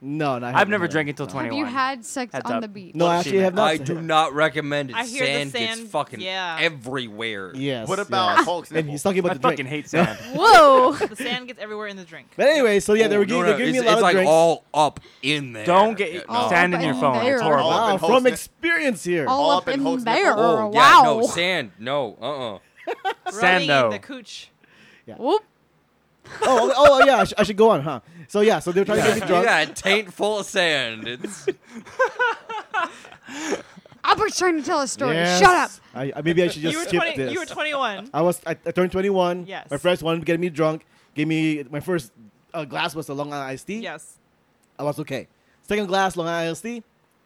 S1: no, no I
S4: I've
S1: haven't
S4: never
S1: had it.
S4: drank until 21.
S3: Have you had sex
S4: Heads
S3: on
S4: up.
S3: the beach?
S1: No, I
S4: She-
S1: actually have not.
S5: I do not recommend it.
S6: I hear the
S5: sand,
S6: sand-
S5: gets fucking
S6: yeah.
S5: everywhere.
S1: Yes.
S7: What about
S3: Ah.
S1: yes.
S7: Hulk's
S1: And
S7: nipple?
S1: he's talking
S4: I
S1: about the drink.
S4: fucking hate sand.
S3: Whoa!
S6: The sand gets everywhere in the drink.
S1: But anyway, so yeah, they were
S5: Oh, no,
S1: giving,
S5: no,
S1: they gave
S5: it's,
S1: me a lot
S5: it's
S1: of
S5: like
S1: drinks.
S5: all up in there.
S4: Don't get
S5: Yeah,
S3: All
S4: sand in
S3: up
S4: your
S3: in
S4: phone.
S3: there.
S4: It's horrible.
S7: All up
S1: Wow,
S7: in
S1: from
S7: Hulk's-
S1: experience here.
S3: All
S7: All
S3: up
S7: up in
S3: in
S7: Hulk's
S3: there.
S7: nipple.
S5: Oh,
S3: wow.
S5: yeah, no sand. No, uh, uh
S6: Running
S4: Sando.
S6: in the cooch.
S3: Whoop.
S1: oh, oh, oh, yeah, I, sh- I should go on, huh? So yeah, so they were trying to get me
S5: You
S1: drunk.
S5: got a taint full of sand. It's
S3: Albert's trying to tell a story.
S1: Yes.
S3: Shut up.
S1: I, I, maybe I should just
S6: you were
S1: skip
S6: 20.
S1: this.
S6: You were 21.
S1: I was I, I turned 21.
S6: Yes.
S1: My friends wanted to get me drunk. Gave me my first uh, glass was a Long Island iced tea.
S6: yes.
S1: I was okay. Second glass Long Island iced tea,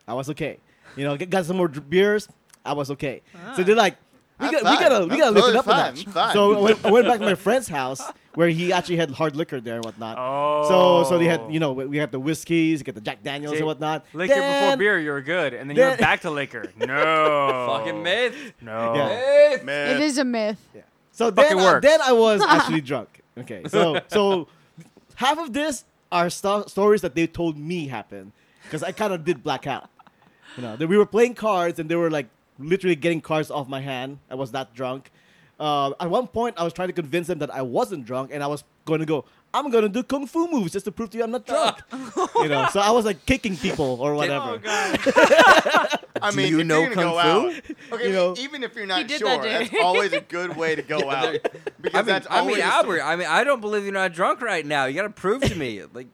S1: I was okay. You know, get, got some more dr- beers, I was okay.
S4: Ah.
S1: So they're like, we,
S7: I'm
S1: got, we
S7: fine.
S1: gotta we
S7: I'm
S1: gotta listen
S7: totally
S1: up a
S7: fine.
S1: notch.
S7: I'm fine.
S1: So I went, I went back to my friend's house where he actually had hard liquor there and whatnot.
S4: Oh.
S1: So so they had you know we we had the whiskeys, you get the Jack Daniels
S4: See,
S1: and whatnot.
S4: Liquor before
S1: Then-
S4: beer, you were good, and then you went
S1: Then-
S4: back to liquor. No,
S5: fucking myth.
S4: No,
S1: Yeah.
S7: Man,
S3: It is a myth.
S1: So
S4: Fucking
S1: then, I,
S4: works.
S1: then I was actually drunk. Okay, so so half of this are sto- stories that they told me happened because I kind of did black out. You know, that we were playing cards and they were like literally getting cards off my hand. I was that drunk. Uh, at one point, I was trying to convince them that I wasn't drunk and I was going to go. I'm gonna do kung fu moves just to prove to you I'm not drunk. you know, so I was like kicking people or whatever.
S6: Oh god.
S7: I
S5: Do
S7: mean,
S5: you
S7: if
S5: know
S7: you're gonna
S5: kung
S7: go Out, okay,
S1: You know?
S7: even if you're not
S6: did
S7: sure,
S6: that,
S7: that's
S6: Jay.
S7: always a good way to go out because
S5: I mean,
S7: that's
S5: I mean,
S7: always-
S5: Albert. I mean, I don't believe you're not drunk right now. You gotta prove to me. Like,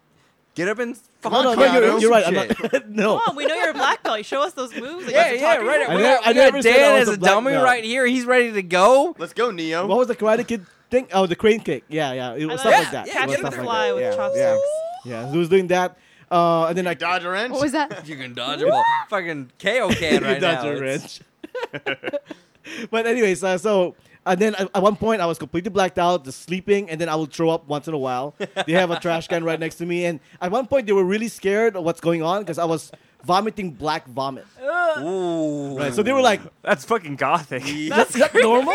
S5: get up and
S1: no,
S5: fucking
S1: no, no,
S5: do
S1: you're,
S5: some
S1: you're right. I'm
S5: shit.
S1: not, no,
S6: Come on, we know you're a black belt. You show us those moves. that
S5: Yeah,
S6: you
S5: yeah,
S6: talk
S5: right.
S6: about.
S1: I
S5: We
S1: never-
S5: got,
S1: I
S5: we got
S1: never said I
S5: Dan
S1: was
S5: as
S1: a
S5: a
S1: black
S5: dummy
S1: belt.
S5: right here. He's ready to go.
S7: Let's go, Neo.
S1: What was the Karate Kid thing? Oh, the Crane Kick. Yeah, yeah. It was stuff
S6: like that.
S1: like that.
S5: Yeah,
S1: It was
S5: Catch
S1: stuff
S5: the
S1: like
S6: Fly
S1: that.
S6: with
S1: yeah,
S6: chopsticks.
S1: Yeah, yeah. So he was doing that. Uh, and then I
S7: Dodge a wrench.
S3: What was that?
S5: You can dodge a ball. fucking KO can
S1: Dodge
S5: right now.
S1: a
S5: It's-
S1: wrench. but anyways, uh, so and then at, at one point I was completely blacked out, just sleeping, and then I would throw up once in a while. They have a trash can right next to me, and at one point they were really scared of what's going on because I was vomiting black vomit.
S5: Ooh.
S1: Right. So they were like,
S4: That's fucking gothic.
S1: "That's not normal."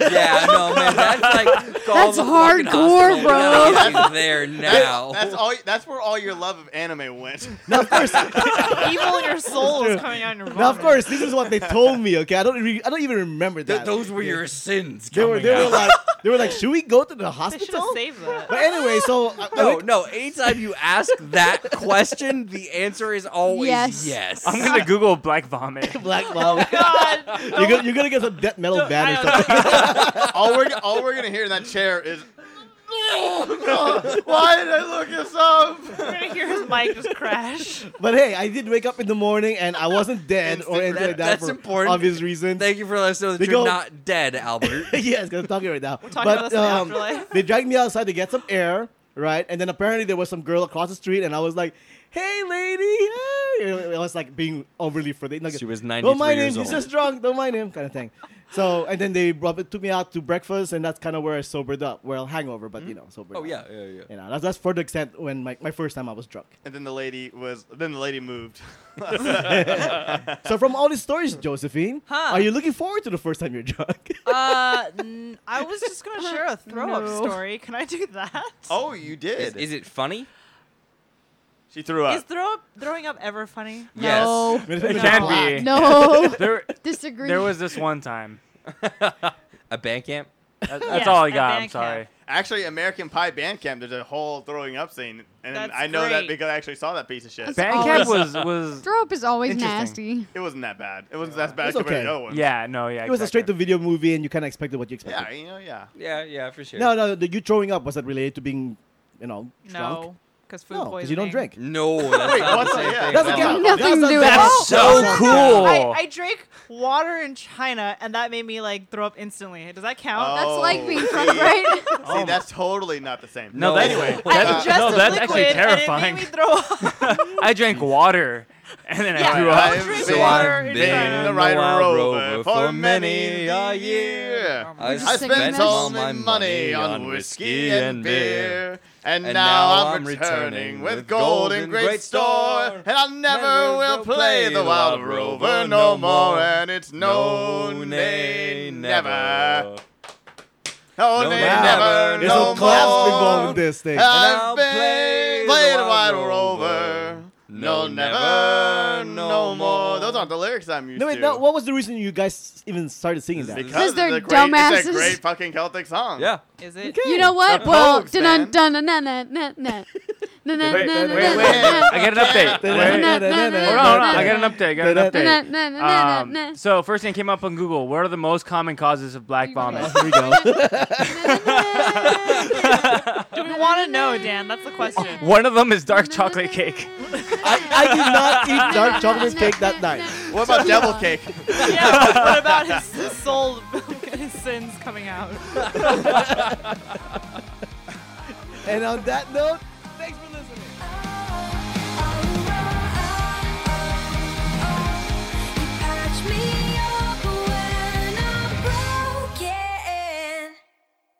S5: yeah, no, man, that's like call
S3: That's
S5: the fucking
S3: hardcore,
S5: hospital.
S3: bro.
S5: We gotta get you there now.
S7: That's all. That's where all your love of anime went.
S1: now, of course,
S6: Evil in your soul is coming out in your vomit.
S1: now, of course, this is what they told me. Okay, I don't, re- I don't even remember
S5: Th-
S1: that.
S5: those were your sins.
S1: They were,
S5: coming
S1: they were
S5: out.
S1: like, they were like, "Should we go to the
S6: They should have
S1: hospital?"
S6: saved that.
S1: But anyway, so uh, I- I
S5: No,
S1: went-
S5: no. Anytime you ask that question, the answer is always yes.
S3: Yes.
S4: I'm gonna Google black vomit.
S1: black mom.
S6: God,
S1: You're gonna, you're gonna get some death metal band or something.
S7: all we're all we're gonna hear in that chair is. Why did I look this up?
S6: we're gonna hear his mic just crash.
S1: But hey, I did wake up in the morning and I wasn't dead or
S5: Instant
S1: anything like
S5: death.
S1: that
S5: That's
S1: for
S5: important.
S1: obvious reasons.
S5: Thank you for letting us know that
S1: They
S5: you're
S1: go-
S5: not dead, Albert.
S1: yes, because I'm talking right now.
S6: We're talking
S1: but, um,
S6: about this in the afterlife.
S1: They dragged me outside to get some air, right? And then apparently there was some girl across the street, and I was like, "Hey, lady!" Hey. You know, I was like being overly for the.
S5: She was
S1: Don't
S5: 93
S1: mind him.
S5: years
S1: He's
S5: old.
S1: just drunk. Don't mind him, kind of thing. So and then they brought, took me out to breakfast, and that's kind of where I sobered up. Well, hangover, but you know, sobered.
S5: oh
S1: up.
S5: yeah, yeah, yeah.
S1: You know, that's that's for the extent when my, my first time I was drunk.
S7: And then the lady was. Then the lady moved.
S1: So from all these stories, Josephine,
S6: Huh.
S1: are you looking forward to the first time you're drunk?
S6: Uh, n- I was just gonna share a throw-up
S3: No.
S6: story. Can I do that?
S7: oh, you
S5: Is,
S7: did.
S5: is it funny?
S7: she threw
S6: Is
S7: up.
S6: throw-up throwing up ever funny?
S5: Yes.
S3: No.
S4: It can be.
S3: No.
S4: There,
S3: Disagree.
S4: there was this one time.
S5: A band camp?
S4: That- that's
S6: Yes,
S4: all I
S6: at
S4: got.
S6: band
S4: I'm sorry.
S6: camp.
S7: Actually, American Pie Bandcamp. There's a whole throwing up scene, and
S6: That's
S7: I know that
S6: great.
S7: because I actually saw that piece of shit.
S3: That's-
S4: Band camp was was
S3: Throw up is always
S4: Interesting.
S3: nasty.
S7: It wasn't that bad. It wasn't that bad
S1: It's
S7: compared
S1: okay.
S7: to the other ones.
S4: yeah. No, yeah.
S1: It was a straight to video movie, and you kind of expected what you expected.
S7: Yeah. You know. Yeah.
S5: Yeah, yeah, for sure.
S1: No, no, the, you throwing up was that related to being, you know, drunk?
S6: No, because food
S1: No,
S6: poisoning.
S1: because you don't drink.
S5: No, that's
S7: Wait,
S5: not
S7: what's
S5: the
S7: that?
S5: same
S7: Yeah,
S5: thing.
S7: that's
S5: No.
S7: okay.
S3: Nothing to do with
S5: That's
S3: it.
S5: so cool.
S6: Oh, I, I drank water in China, and that made me like throw up instantly. Does that count?
S7: Oh.
S3: That's like being
S7: see.
S3: drunk, right?
S7: See, that's totally not the same.
S4: No,
S5: No.
S4: that,
S5: Anyway.
S4: that-
S6: I ingested
S4: Oh, no, that's
S6: liquid,
S4: actually terrifying.
S6: And it made me throw up.
S4: I drank water and then I
S6: Yeah.
S4: threw
S7: I've
S4: up.
S6: I've drink
S7: been
S6: water in
S7: in
S6: China.
S7: the right rover for many a year.
S5: I
S3: Just
S7: I
S3: singing
S7: spent
S3: that?
S7: all my money on whiskey and beer, and
S5: And
S7: now I'm returning with gold in great store. And I never will play the wild rover no more, and it's no nay never, no nay never,
S1: There's
S7: no
S1: no claps involved
S7: more.
S1: in this thing.
S7: I've
S5: I'll
S7: been
S5: play
S7: playing
S5: the
S7: a wide
S5: Wild
S7: rover.
S5: Rover.
S7: No,
S5: No,
S7: never,
S5: never,
S7: no
S5: no
S7: more.
S5: more.
S7: Those aren't the lyrics I'm used
S1: No, wait,
S7: to.
S1: no, what was the reason you guys even started singing that?
S7: Because
S3: Because
S7: it's
S3: they're
S7: a great, It's a
S3: dumbasses.
S7: great fucking Celtic song.
S5: Yeah.
S6: Is it?
S3: You know what? Well,
S7: Pogues, man.
S3: dun dun dun dun dun dun dun dun dun
S4: Wait,
S3: dun
S4: wait,
S3: dun
S4: wait.
S3: dun.
S4: I got an update. Wait.
S3: Hold
S4: Hold on, hold on. I got an update. I got an
S3: Dun,
S4: update.
S3: dun, dun, dun, dun,
S4: Um,
S3: dun.
S4: so first thing came up on Google. What are the most common causes of black
S3: You
S4: vomit?
S3: guys.
S1: Here we go.
S6: Do we want to know, Dan? That's the question.
S4: One of them is dark chocolate cake.
S1: I, I did not eat dark chocolate cake that night.
S7: What about Devil Cake?
S6: yeah. What about his, his soul, his sins coming out?
S1: And on that note,